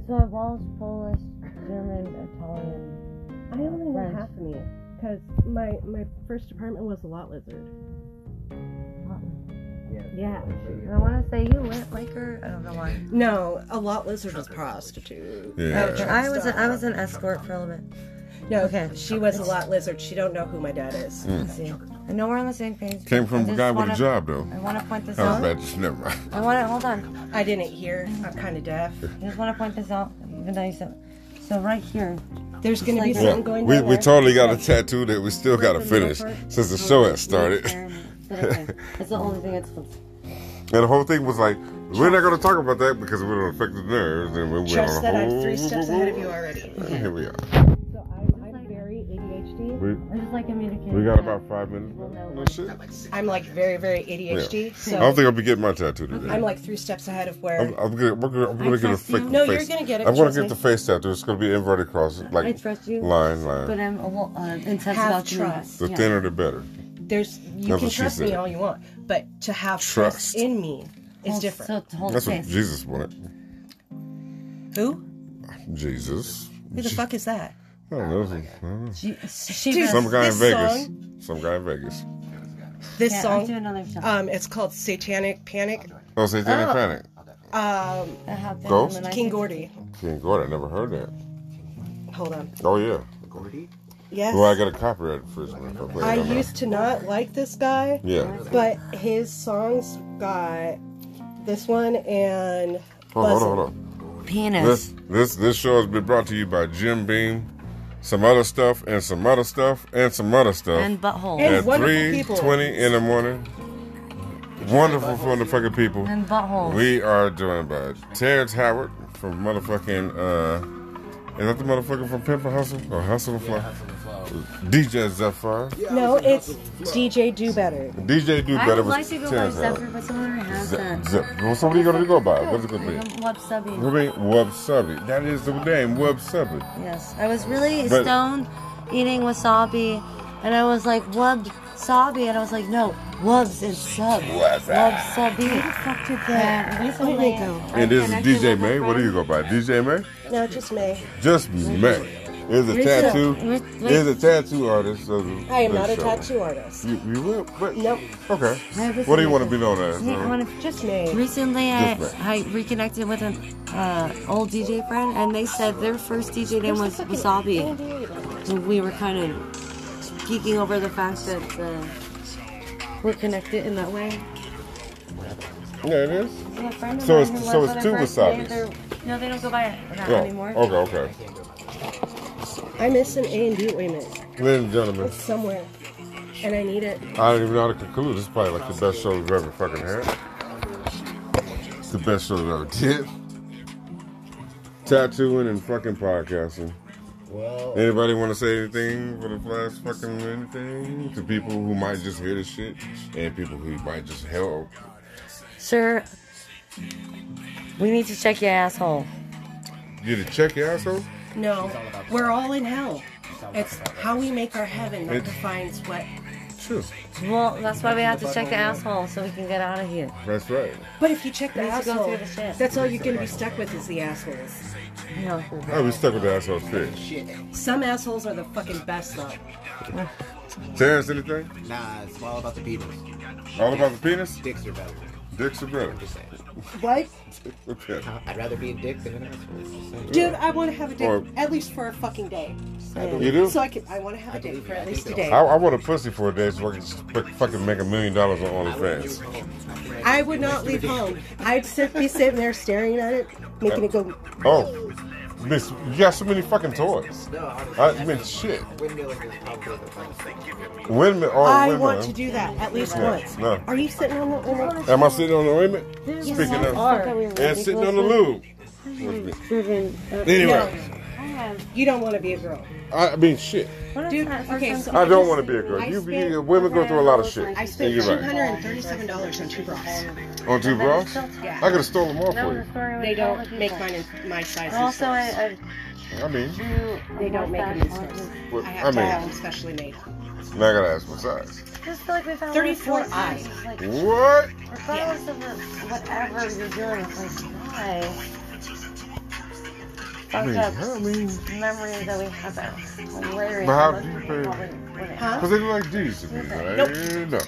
Speaker 6: so I'm Welsh, Polish, German, Italian.
Speaker 5: I only know
Speaker 6: French.
Speaker 5: half of me because my my first apartment was a lot lizard.
Speaker 6: Yeah. And I want to say you went like her. I don't know why.
Speaker 5: No, a lot lizard was prostitute.
Speaker 1: Yeah.
Speaker 6: I was a, I was an escort for a little bit.
Speaker 5: No,
Speaker 6: Okay.
Speaker 5: she was a lot lizard. She don't know who my dad is.
Speaker 1: Hmm.
Speaker 6: Let's see. I know we're on the same page.
Speaker 1: Came from
Speaker 6: I
Speaker 1: a
Speaker 6: just
Speaker 1: guy with a
Speaker 6: wanna-
Speaker 1: job though.
Speaker 6: I want to point this
Speaker 1: I was
Speaker 6: out.
Speaker 1: about to never mind.
Speaker 6: I want to hold on.
Speaker 5: I didn't hear. I'm kind of deaf.
Speaker 6: I just want to point this out, even though you said. So right here,
Speaker 5: There's gonna be
Speaker 6: Yeah.
Speaker 5: something going
Speaker 1: we,
Speaker 5: down
Speaker 1: we
Speaker 5: there.
Speaker 1: totally got a tattoo that we still got to finish since the show has started.
Speaker 6: It's the only thing that's.
Speaker 1: And the whole thing was like, we're not going to talk about that because it'll affect the nerves. And we're
Speaker 5: Trust that I'm three steps ahead of you already.
Speaker 1: Here we are.
Speaker 5: So I'm, I'm very ADHD.
Speaker 1: We,
Speaker 6: I just like communicating.
Speaker 1: we got about five minutes. No shit.
Speaker 5: I'm like very, very
Speaker 1: I
Speaker 5: ADHD.
Speaker 1: don't
Speaker 5: So
Speaker 1: think I'll be getting my tattoo today.
Speaker 5: I'm like three steps ahead of
Speaker 1: I'm,
Speaker 5: where.
Speaker 1: I'm gonna, we're gonna, I'm gonna get a
Speaker 6: trust
Speaker 1: fake
Speaker 6: you.
Speaker 5: No, you're
Speaker 1: face.
Speaker 5: gonna get it,
Speaker 1: I'm gonna
Speaker 5: trust
Speaker 1: get
Speaker 5: me.
Speaker 1: the face tattoo. It's gonna be inverted cross, like
Speaker 6: I trust you,
Speaker 1: line, line.
Speaker 6: but I'm a little uh, intense
Speaker 5: Have
Speaker 6: about
Speaker 5: trust.
Speaker 1: the
Speaker 6: communicating. Yeah.
Speaker 1: thinner, the better.
Speaker 5: There's you
Speaker 1: That's
Speaker 5: can
Speaker 1: what she
Speaker 5: trust me
Speaker 1: said.
Speaker 5: all you want, but to have
Speaker 1: Trust.
Speaker 5: trust, in me is
Speaker 6: Hold-
Speaker 5: different.
Speaker 6: So hold
Speaker 1: That's what
Speaker 6: space.
Speaker 1: Jesus wanted.
Speaker 5: Who?
Speaker 1: Jesus.
Speaker 5: Who the fuck is that?
Speaker 1: I don't know. I don't know.
Speaker 6: She, she
Speaker 5: Dude,
Speaker 1: Some guy in
Speaker 5: Oh this
Speaker 1: Vegas. Some guy in Vegas.
Speaker 5: This
Speaker 6: yeah, I'll do
Speaker 5: song,
Speaker 6: another song.
Speaker 5: um, it's called Satanic Panic.
Speaker 1: Oh, Satanic
Speaker 6: Oh.
Speaker 1: Panic.
Speaker 5: Um,
Speaker 6: That happened,
Speaker 1: Ghost?
Speaker 6: and then I
Speaker 5: King
Speaker 6: think-
Speaker 5: Gordy.
Speaker 1: King Gordon. I never heard that.
Speaker 5: Hold on.
Speaker 1: Oh yeah.
Speaker 2: Gordy?
Speaker 5: Yes.
Speaker 1: Well, I got a copyright infringement for
Speaker 5: I
Speaker 1: playing that.
Speaker 5: used to not like this guy,
Speaker 1: Yeah.
Speaker 5: but his songs got this one and
Speaker 1: Hold on, hold
Speaker 5: Buzzin'.
Speaker 1: on, hold on.
Speaker 6: Penis.
Speaker 1: This this this show has been brought to you by Jim Beam, some other stuff, and some other stuff, and some other stuff.
Speaker 6: and butthole.
Speaker 5: And
Speaker 1: at
Speaker 5: wonderful
Speaker 1: three
Speaker 5: people.
Speaker 1: twenty in the morning. Wonderful motherfucking people.
Speaker 6: And butthole.
Speaker 1: We are joined by Terrence Howard from motherfucking uh is that the motherfucker from Pimper Hustle or Hustle and Flow? DJ Zephyr.
Speaker 5: No, it's DJ Do Better.
Speaker 1: DJ Do
Speaker 6: I
Speaker 1: Better
Speaker 6: would
Speaker 1: was
Speaker 6: like to go by
Speaker 1: Terrence Howard.
Speaker 6: Zephyr, but someone already has
Speaker 1: Zep,
Speaker 6: that.
Speaker 1: zep. Well, somebody gonna go by. What's it gonna be?
Speaker 6: Um, Web subby.
Speaker 1: Her name Web Subby. That is the name, Web Subby.
Speaker 6: Yes, I was really
Speaker 1: But-
Speaker 6: stoned eating wasabi, and I was like, wasabi, and I was like, no, wubs and sub. Wasabi. Who the fuck did that? Where's my go?
Speaker 1: And this is DJ May. What do you go by? DJ May?
Speaker 5: No, just May.
Speaker 1: Just May. Is a tattoo. Is a tattoo artist. Of the,
Speaker 5: I am not a
Speaker 1: show.
Speaker 5: tattoo artist.
Speaker 1: You, you will, but
Speaker 5: Nope.
Speaker 1: Okay.
Speaker 6: I was
Speaker 1: What do you
Speaker 6: like-
Speaker 1: want to be known as?
Speaker 6: You
Speaker 1: man?
Speaker 6: wanna-
Speaker 5: Just May.
Speaker 6: Recently, I,
Speaker 1: Just
Speaker 6: I reconnected with an uh, old DJ friend, and they said their first DJ name was Wasabi. And we were kind of geeking over the fact that uh, we're connected in that way.
Speaker 1: Yeah, it is.
Speaker 6: Yeah, a friend of
Speaker 1: So
Speaker 6: mine
Speaker 1: it's-
Speaker 6: who
Speaker 1: so
Speaker 6: was
Speaker 1: it's
Speaker 6: on
Speaker 1: two
Speaker 6: her first day,
Speaker 1: wasabis.
Speaker 6: they're- No, they don't go by it not
Speaker 1: Oh,
Speaker 6: anymore.
Speaker 1: okay, okay.
Speaker 5: I miss an A and B women.
Speaker 1: Ladies and gentlemen,
Speaker 5: It's somewhere. And I need it.
Speaker 1: I don't even know how to conclude. This is probably like the best show we've ever fucking had. It's the best show we've ever did. Tattooing and fucking podcasting.
Speaker 2: Well,
Speaker 1: Anybody want to say anything for the last fucking anything to people who might just hear this shit and people who might just help?
Speaker 9: Sir, we need to check your asshole.
Speaker 1: You to check your asshole?
Speaker 5: No, we're all in hell. It's how we make our heaven that
Speaker 1: It's-
Speaker 5: defines what.
Speaker 1: Sure.
Speaker 9: Well, that's why we have to check the asshole so we can get out of here.
Speaker 1: That's right.
Speaker 5: But if you check the
Speaker 9: We need to go
Speaker 5: asshole,
Speaker 9: through the shit.
Speaker 5: that's all you're going to be stuck with is the assholes.
Speaker 9: No.
Speaker 1: I was Oh, stuck with the asshole fish.
Speaker 5: Some assholes are the fucking best though.
Speaker 1: Terrence, anything?
Speaker 2: nah, it's all about the Beatles.
Speaker 1: All about the penis?
Speaker 2: Dicks are better.
Speaker 1: Dicks or brother?
Speaker 2: Just saying.
Speaker 5: What?
Speaker 1: Okay.
Speaker 2: Uh, I'd rather be a dick than an asshole. Just saying.
Speaker 5: Dude, I want to have a dick
Speaker 1: Or-
Speaker 5: at least for a fucking day.
Speaker 1: You do?
Speaker 5: So I can. I want to have a dick for at least a day.
Speaker 1: I, I want a pussy for a day so I can sp- fucking make a million dollars on OnlyFans.
Speaker 5: I would not leave home. I'd sit, be sitting there staring at it, making it go.
Speaker 1: Oh, miss, you got so many fucking toys.
Speaker 2: No, honestly,
Speaker 1: I mean, shit.
Speaker 2: windmilling is probably the best.
Speaker 1: Women are
Speaker 5: I
Speaker 1: women.
Speaker 5: want to do that at least
Speaker 1: Yeah,
Speaker 5: once.
Speaker 1: no.
Speaker 5: Are you sitting on the? On the
Speaker 1: Am I sitting on the ointment? Speaking
Speaker 6: Yes,
Speaker 1: of-
Speaker 6: I thought we were
Speaker 1: And sitting on the lube. Anyway,
Speaker 5: you don't want to be a girl.
Speaker 1: I I mean, shit.
Speaker 5: Dude, okay, so
Speaker 1: I don't want to be a girl.
Speaker 6: I
Speaker 1: You,
Speaker 6: spent-
Speaker 1: you women go through a lot of shit.
Speaker 5: I
Speaker 1: And
Speaker 5: spent
Speaker 1: you're
Speaker 5: two
Speaker 1: right.
Speaker 5: hundred and thirty-seven dollars on two bras.
Speaker 1: On two bras? I could have stolen more
Speaker 6: That
Speaker 1: for
Speaker 6: was a
Speaker 1: you.
Speaker 6: story we
Speaker 5: They
Speaker 6: told
Speaker 5: don't
Speaker 6: the
Speaker 5: make
Speaker 6: people.
Speaker 5: mine in my size.
Speaker 6: And Also, I,
Speaker 1: I mean,
Speaker 6: I do.
Speaker 5: They don't make them in stores.
Speaker 1: what-
Speaker 5: I
Speaker 1: I
Speaker 5: have to have them
Speaker 1: mean,
Speaker 5: specially made.
Speaker 1: now I gotta ask what size.
Speaker 6: Just feel like we found
Speaker 5: 34 I.
Speaker 6: eyes. Like,
Speaker 1: What?
Speaker 6: regardless of the, whatever you're doing, it's like why?
Speaker 1: I mean,
Speaker 6: Fucked
Speaker 1: I
Speaker 6: up
Speaker 1: mean,
Speaker 6: memories that we have about when we're
Speaker 1: But how
Speaker 6: most
Speaker 1: do you
Speaker 6: people
Speaker 1: feel?
Speaker 6: wouldn't- wouldn't.
Speaker 1: because they look like D's to me, right? No.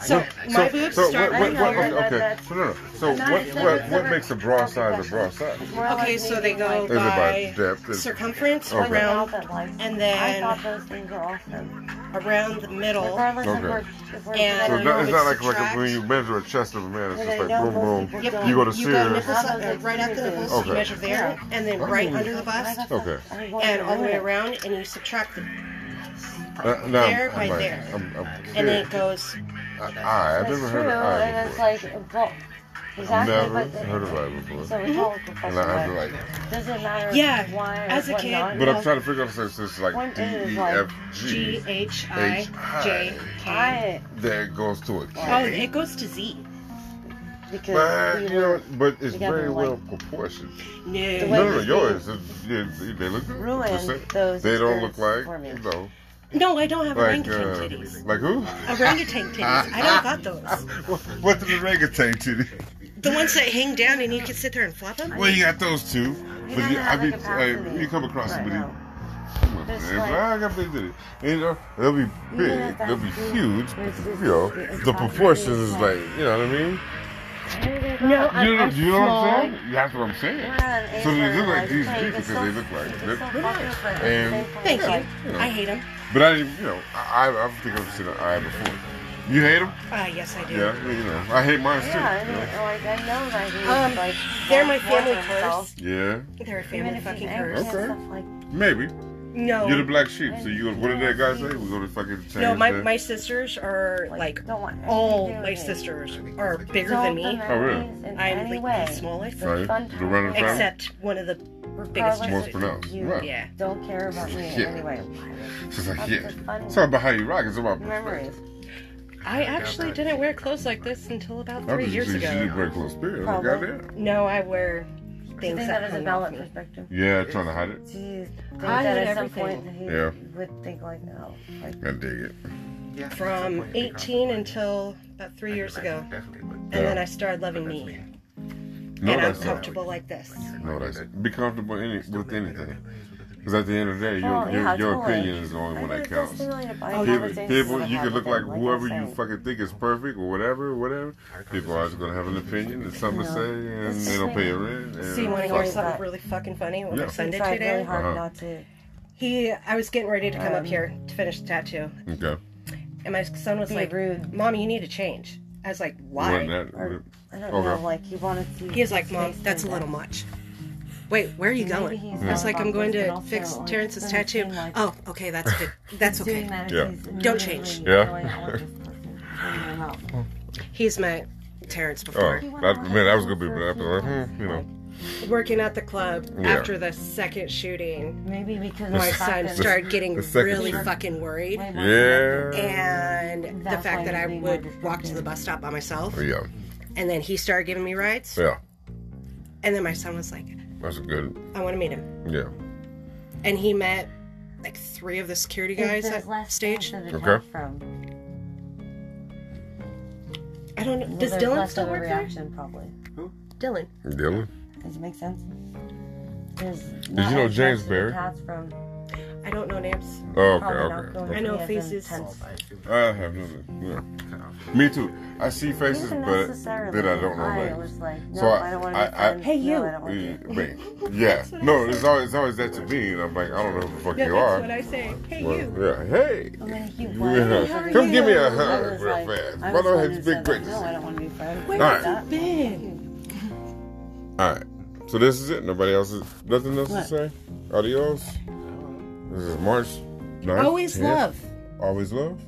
Speaker 5: So my boobs
Speaker 1: so
Speaker 5: start
Speaker 1: what,
Speaker 5: right
Speaker 1: what,
Speaker 5: here.
Speaker 1: what, okay. No, no, no. So what, what, what makes a bra size a bra size? Is it
Speaker 5: Okay, so they go
Speaker 1: by
Speaker 5: by
Speaker 1: depth? Is-
Speaker 5: circumference
Speaker 1: Okay.
Speaker 5: around
Speaker 6: and
Speaker 5: and
Speaker 6: I
Speaker 5: then-
Speaker 6: thought those things were awesome.
Speaker 5: around the middle.
Speaker 6: Regardless
Speaker 1: Okay.
Speaker 6: if we're, if we're
Speaker 5: And-
Speaker 1: So
Speaker 6: together
Speaker 1: it's
Speaker 6: or
Speaker 1: not,
Speaker 5: it's
Speaker 1: it's not like, like
Speaker 5: subtract.
Speaker 1: when you measure a chest of a man, it's just
Speaker 6: Well, they
Speaker 1: like
Speaker 6: know
Speaker 1: boom,
Speaker 6: most
Speaker 1: boom.
Speaker 6: people don't.
Speaker 1: You go to
Speaker 5: You go nipple
Speaker 1: Sears.
Speaker 5: size, uh, right after the bust,
Speaker 1: Okay. Oh.
Speaker 5: you measure there, and then right under the bust,
Speaker 1: Okay.
Speaker 6: I'm going
Speaker 5: and
Speaker 6: to
Speaker 5: all the
Speaker 6: ruin
Speaker 5: way
Speaker 6: it.
Speaker 5: around, and you subtract them,
Speaker 1: Uh, no,
Speaker 5: There,
Speaker 1: I'm,
Speaker 5: right
Speaker 1: like,
Speaker 5: there.
Speaker 1: I'm, I'm
Speaker 5: and then it
Speaker 1: scared.
Speaker 5: goes.
Speaker 1: I, I've
Speaker 6: That's
Speaker 1: never
Speaker 6: true,
Speaker 1: heard of I
Speaker 6: and it's
Speaker 1: before.
Speaker 6: like, well,
Speaker 1: I've
Speaker 6: exactly,
Speaker 1: never
Speaker 6: but
Speaker 1: heard of I before.
Speaker 6: so we call it professional.
Speaker 1: and I, I'm like,
Speaker 6: Doesn't matter
Speaker 5: Mm-hmm. Yeah,
Speaker 6: why or
Speaker 5: as a
Speaker 6: what
Speaker 5: kid-
Speaker 6: not,
Speaker 1: but I'm
Speaker 6: like,
Speaker 1: trying to figure out since it's like
Speaker 6: One
Speaker 1: D
Speaker 6: thing is
Speaker 1: E
Speaker 6: like
Speaker 1: F
Speaker 5: G
Speaker 1: G
Speaker 5: H I
Speaker 1: H
Speaker 5: J
Speaker 1: I
Speaker 5: K.
Speaker 6: I
Speaker 1: that goes to a
Speaker 5: Oh,
Speaker 1: K.
Speaker 5: it goes to Z.
Speaker 6: because
Speaker 1: But
Speaker 6: we
Speaker 1: you know,
Speaker 6: were
Speaker 1: but it's
Speaker 6: together,
Speaker 1: very
Speaker 6: like-
Speaker 1: well proportioned.
Speaker 5: No.
Speaker 1: No, no, no,
Speaker 6: Wednesday.
Speaker 1: yours. is- yeah, they- they look good.
Speaker 6: Ruin
Speaker 1: Just say-
Speaker 6: those
Speaker 1: They don't look like
Speaker 6: skirts for me.
Speaker 1: you know,
Speaker 5: No, I don't have
Speaker 1: like
Speaker 5: orangutan
Speaker 1: uh,
Speaker 5: titties.
Speaker 1: like who?
Speaker 5: Orangutan titties. I don't got those.
Speaker 1: What's an orangutan titty?
Speaker 5: The ones that hang down and you can sit there and flop them.
Speaker 1: Well, you got those two,
Speaker 6: we
Speaker 1: but
Speaker 6: don't
Speaker 1: you, I
Speaker 6: have the
Speaker 1: mean,
Speaker 6: capacity
Speaker 1: uh, you come across
Speaker 6: right
Speaker 1: somebody
Speaker 6: now.
Speaker 1: who
Speaker 6: this
Speaker 1: man.
Speaker 6: like-
Speaker 1: I got big titties. And, you know, they'll be big,
Speaker 6: Yeah, that's
Speaker 1: they'll be
Speaker 6: true.
Speaker 1: huge, but
Speaker 6: It's
Speaker 1: the,
Speaker 6: just-
Speaker 1: you know,
Speaker 6: it's
Speaker 1: the
Speaker 6: not
Speaker 1: proportions
Speaker 6: really
Speaker 1: is like,
Speaker 6: like-
Speaker 1: you know what I mean?
Speaker 6: No,
Speaker 1: You know, you know what I'm saying? That's what I'm saying. So they look like these
Speaker 6: Hey,
Speaker 1: big because
Speaker 6: it's so-
Speaker 1: they look like
Speaker 6: it's so fucking funny.
Speaker 1: And
Speaker 5: Thank
Speaker 1: yeah,
Speaker 5: you.
Speaker 1: know.
Speaker 5: I hate him.
Speaker 1: But I, didn't- you know, I, I I think I've seen an eye before. You hate them?
Speaker 5: Uh, yes, I do.
Speaker 1: Yeah, I mean, you know, I hate mine too.
Speaker 6: Yeah, I
Speaker 1: you know.
Speaker 6: know, like, I know that he's,
Speaker 5: Um,
Speaker 6: like,
Speaker 5: they're my
Speaker 6: one
Speaker 5: family
Speaker 6: of himself.
Speaker 1: Yeah,
Speaker 5: They're a
Speaker 6: Even
Speaker 5: family
Speaker 6: if he's
Speaker 5: fucking
Speaker 6: angry
Speaker 5: curse.
Speaker 6: and
Speaker 1: Okay.
Speaker 6: stuff like
Speaker 1: maybe.
Speaker 5: No.
Speaker 1: You're the black sheep, so you. What did that guy say? We're gonna fucking change.
Speaker 5: No, my,
Speaker 1: that.
Speaker 5: my sisters are like
Speaker 6: don't want anything
Speaker 5: all
Speaker 6: to do
Speaker 5: my
Speaker 6: with it.
Speaker 5: sisters are bigger
Speaker 6: Don't
Speaker 5: than me.
Speaker 6: amend
Speaker 1: Oh, really?
Speaker 6: these in
Speaker 5: I'm
Speaker 6: any
Speaker 5: like
Speaker 6: way,
Speaker 5: the smallest,
Speaker 1: Right? The running family?
Speaker 5: except one of the biggest.
Speaker 6: regardless
Speaker 1: More
Speaker 6: if
Speaker 1: pronounced,
Speaker 6: You
Speaker 1: right.
Speaker 5: Yeah.
Speaker 6: Don't care about me in
Speaker 1: Yeah.
Speaker 6: any way.
Speaker 1: She's like,
Speaker 6: That's
Speaker 1: yeah.
Speaker 6: the fun
Speaker 1: It's not about how you rock. It's about
Speaker 6: Memories.
Speaker 1: perspective.
Speaker 5: I actually didn't wear clothes like this until about three
Speaker 1: just-
Speaker 5: years
Speaker 1: she
Speaker 5: ago.
Speaker 1: did wear close period. Like,
Speaker 6: Probably.
Speaker 1: goddamn.
Speaker 5: No, I wear
Speaker 6: Do
Speaker 5: things
Speaker 6: you think
Speaker 5: that
Speaker 6: that is a
Speaker 5: hung off
Speaker 6: valid
Speaker 5: me.
Speaker 6: perspective?
Speaker 1: Yeah, trying to hide it.
Speaker 6: Do you think
Speaker 5: I
Speaker 6: that
Speaker 5: hate
Speaker 6: at some
Speaker 5: everything.
Speaker 6: point that he
Speaker 1: Yeah.
Speaker 6: would think like, oh, like,
Speaker 1: I dig it.
Speaker 5: From 18 until about three years ago, and
Speaker 1: Yeah.
Speaker 5: then I started loving uh, me,
Speaker 1: No,
Speaker 5: and I'm
Speaker 1: that's not.
Speaker 5: comfortable like this.
Speaker 1: No, that's be comfortable any, with anything. Because at the end of the day, your
Speaker 6: Oh,
Speaker 1: your,
Speaker 6: yeah,
Speaker 1: your
Speaker 6: totally.
Speaker 1: opinion is the only one
Speaker 6: I'm
Speaker 1: that
Speaker 6: just
Speaker 1: counts.
Speaker 6: stimulated
Speaker 5: Oh,
Speaker 6: by
Speaker 1: People,
Speaker 6: conversations
Speaker 1: people,
Speaker 6: that
Speaker 1: you can
Speaker 6: I have
Speaker 1: look
Speaker 6: with
Speaker 1: like
Speaker 6: him,
Speaker 1: whoever
Speaker 6: I'm
Speaker 1: you
Speaker 6: saying.
Speaker 1: fucking think is perfect or whatever, whatever. People are always gonna have an opinion and something to say, and they don't pay your rent. And
Speaker 5: So you want to
Speaker 1: fuck
Speaker 5: hear
Speaker 6: Sorry.
Speaker 5: something really fucking funny? What
Speaker 1: Yeah.
Speaker 5: I Sunday
Speaker 6: Tried
Speaker 5: two
Speaker 6: really
Speaker 5: day?
Speaker 6: hard Um,
Speaker 1: Uh-huh.
Speaker 6: not to.
Speaker 5: He, I was getting ready to come up here to finish the tattoo,
Speaker 1: Okay.
Speaker 5: and my son was
Speaker 6: Be
Speaker 5: like,
Speaker 6: rude.
Speaker 5: "Mom, you need to change." I was like,
Speaker 1: More than
Speaker 5: "Why?"
Speaker 1: that.
Speaker 6: Or, I don't
Speaker 1: Okay.
Speaker 6: know, like he wanted to.
Speaker 5: He was like, "Mom, that's a little much." Wait, where are you going? I was like, "I'm going to fix Terrence's tattoo." Oh, okay, that's good. That's okay.
Speaker 1: Yeah.
Speaker 5: Don't change.
Speaker 1: Yeah.
Speaker 5: He's met Terrence
Speaker 1: oh,
Speaker 5: before.
Speaker 1: that, man, that was gonna be. But after, like, hmm, you know,
Speaker 5: Working at the club
Speaker 1: Yeah.
Speaker 5: after the second shooting.
Speaker 6: Maybe because
Speaker 5: my son started getting
Speaker 1: the second
Speaker 5: really
Speaker 1: shooting.
Speaker 5: fucking worried.
Speaker 1: yeah.
Speaker 5: And the
Speaker 6: That's
Speaker 5: fact
Speaker 6: why
Speaker 5: that I
Speaker 6: we
Speaker 5: would
Speaker 6: wanted
Speaker 5: walk to the bus stop by myself,
Speaker 1: Yeah,
Speaker 5: and then he started giving me rides,
Speaker 1: yeah,
Speaker 5: and then my son was like,
Speaker 1: that's a good.
Speaker 5: "I want to meet him,"
Speaker 1: Yeah,
Speaker 5: and he met like three of the security guys at stage.
Speaker 1: Okay.
Speaker 6: From.
Speaker 5: I don't know. Does
Speaker 6: There's
Speaker 5: Dylan
Speaker 6: less
Speaker 5: still
Speaker 6: of a
Speaker 5: work there?
Speaker 6: reaction, probably.
Speaker 5: Dylan.
Speaker 1: Dylan.
Speaker 6: Does it make sense? There's
Speaker 1: you know James Barry?
Speaker 6: Cats from
Speaker 5: I don't know names.
Speaker 1: Oh, okay,
Speaker 6: probably not
Speaker 1: okay.
Speaker 6: going
Speaker 5: I
Speaker 6: to
Speaker 5: know
Speaker 6: be as
Speaker 5: faces.
Speaker 6: intense.
Speaker 1: I have nothing. Yeah. Me too. I see faces,
Speaker 6: Even
Speaker 1: but
Speaker 6: necessarily,
Speaker 1: that I don't know
Speaker 6: I
Speaker 1: names.
Speaker 6: was like, no,
Speaker 1: So I-
Speaker 6: I don't want
Speaker 1: I-
Speaker 6: to
Speaker 1: I-
Speaker 6: be friends.
Speaker 5: Hey,
Speaker 6: No,
Speaker 5: you.
Speaker 6: I don't want to.
Speaker 1: Me. Yeah. No, it's always, it's always that to me, and I'm like, I don't know who the fuck you are.
Speaker 5: I say. Hey,
Speaker 1: Well, yeah. Hey.
Speaker 6: Like, you
Speaker 1: Yeah.
Speaker 6: what?
Speaker 1: Come give me a
Speaker 6: I
Speaker 1: hug
Speaker 6: was
Speaker 1: real
Speaker 6: like-
Speaker 1: fast. Why
Speaker 6: I was
Speaker 1: do I
Speaker 6: one
Speaker 1: have this
Speaker 6: who
Speaker 1: big
Speaker 6: said, like,
Speaker 1: break?
Speaker 6: No, I don't want to be friends.
Speaker 1: All right.
Speaker 6: That-
Speaker 1: All right. So this is it. Nobody else is nothing else to say. Adios. This is March 9th.
Speaker 5: Always
Speaker 1: 10th.
Speaker 5: love.
Speaker 1: Always love.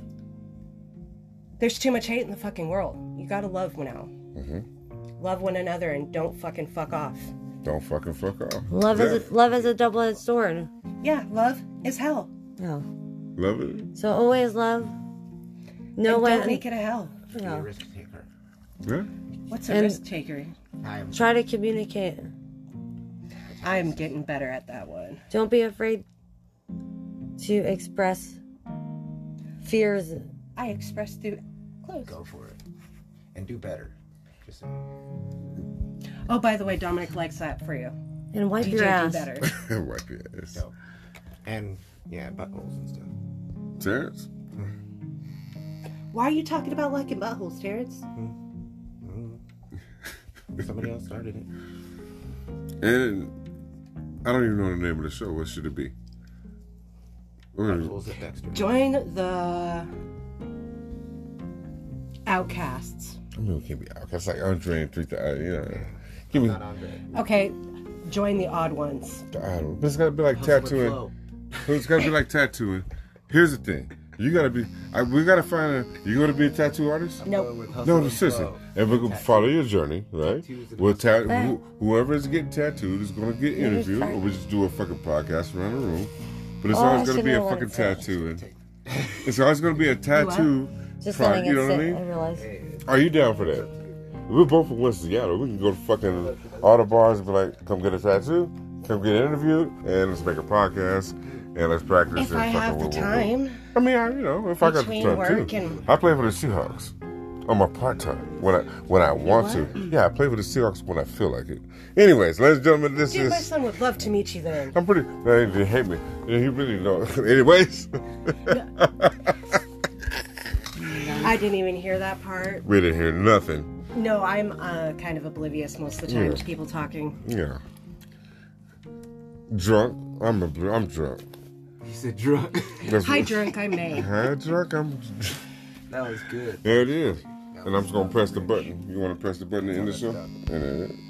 Speaker 5: There's too much hate in the fucking world. You gotta love now.
Speaker 1: Mm-hmm.
Speaker 5: Love one another and don't fucking fuck off.
Speaker 1: Don't fucking fuck off.
Speaker 6: Love
Speaker 1: yeah.
Speaker 6: is a, love is a double-edged sword.
Speaker 5: Yeah, love is hell.
Speaker 6: No.
Speaker 1: Love it.
Speaker 6: So always love. No
Speaker 5: And
Speaker 6: way.
Speaker 5: Don't make it a hell.
Speaker 6: no.
Speaker 1: Yeah.
Speaker 5: What's a
Speaker 6: And-
Speaker 5: risk taker?
Speaker 6: Try to communicate.
Speaker 5: I'm getting better at that one.
Speaker 6: Don't be afraid to express fears.
Speaker 5: I express through clothes.
Speaker 2: Go for it. And do better. Just
Speaker 5: Oh, by the way, Dominic likes that for you.
Speaker 6: And wipe
Speaker 5: DJ,
Speaker 6: your
Speaker 5: do
Speaker 6: ass.
Speaker 5: better.
Speaker 1: Wipe your ass.
Speaker 2: dope. And yeah, buttholes and stuff.
Speaker 1: Terrence.
Speaker 5: Why are you talking about liking buttholes, Terrence?
Speaker 1: Mm-hmm.
Speaker 2: Somebody else started it.
Speaker 1: And I don't even know the name of the show. What should it be? We're gonna-
Speaker 2: Buttholes at Dexter.
Speaker 5: Join the Outcasts.
Speaker 1: I mean, we can't be out. That's like Andre and Three Thousand. You know, give me
Speaker 2: Not Andre.
Speaker 5: Okay, join the odd ones.
Speaker 1: the idol. But it's gotta be like tattooing. But it's gotta be like tattooing. Here's the thing. You gotta be. I, we gotta find a. You gonna be a tattoo artist?
Speaker 5: Nope.
Speaker 1: No, this isn't. And we're gonna follow your journey, right? We'll ta- who, whoever is getting tattooed is gonna get interviewed, or we just do a fucking podcast around the room. But it's
Speaker 6: Oh, I
Speaker 1: always gonna
Speaker 6: should
Speaker 1: be a
Speaker 6: know what
Speaker 1: fucking
Speaker 6: it says.
Speaker 1: tattooing. It's always gonna be a tattoo.
Speaker 6: Just
Speaker 1: Product,
Speaker 6: letting
Speaker 1: you
Speaker 6: it
Speaker 1: know what I
Speaker 6: sit.
Speaker 1: mean?
Speaker 6: I realize.
Speaker 1: Are you down for that? We're both from West Seattle. We can go to fucking all the bars and be like, come get a tattoo, come get interviewed, and let's make a podcast, and let's practice.
Speaker 5: If
Speaker 1: and
Speaker 5: I
Speaker 1: fucking
Speaker 5: have the
Speaker 1: woo, woo, woo.
Speaker 5: time,
Speaker 1: I mean, I, you know, if I got the
Speaker 5: Between
Speaker 1: time
Speaker 5: work
Speaker 1: too.
Speaker 5: and-
Speaker 1: I play for the Seahawks. I'm a part time when I when I want to. Yeah, I play for the Seahawks when I feel like it. Anyways, ladies and gentlemen, this
Speaker 5: Dude, my
Speaker 1: is.
Speaker 5: son would love to meet you then.
Speaker 1: I'm pretty. They, they hate me. He really know. Anyways,
Speaker 5: I didn't even hear that part.
Speaker 1: we didn't hear nothing.
Speaker 5: No, I'm uh, kind of oblivious most of the time
Speaker 1: Yeah.
Speaker 5: to people talking.
Speaker 1: Yeah. Drunk. I'm a. I'm drunk.
Speaker 2: He said drunk.
Speaker 1: That's
Speaker 5: Hi, drunk. I may.
Speaker 1: Hi, drunk. I'm.
Speaker 2: that was good.
Speaker 1: There it is. And I'm just gonna press the button. You wanna press the button to end the show? And there it is.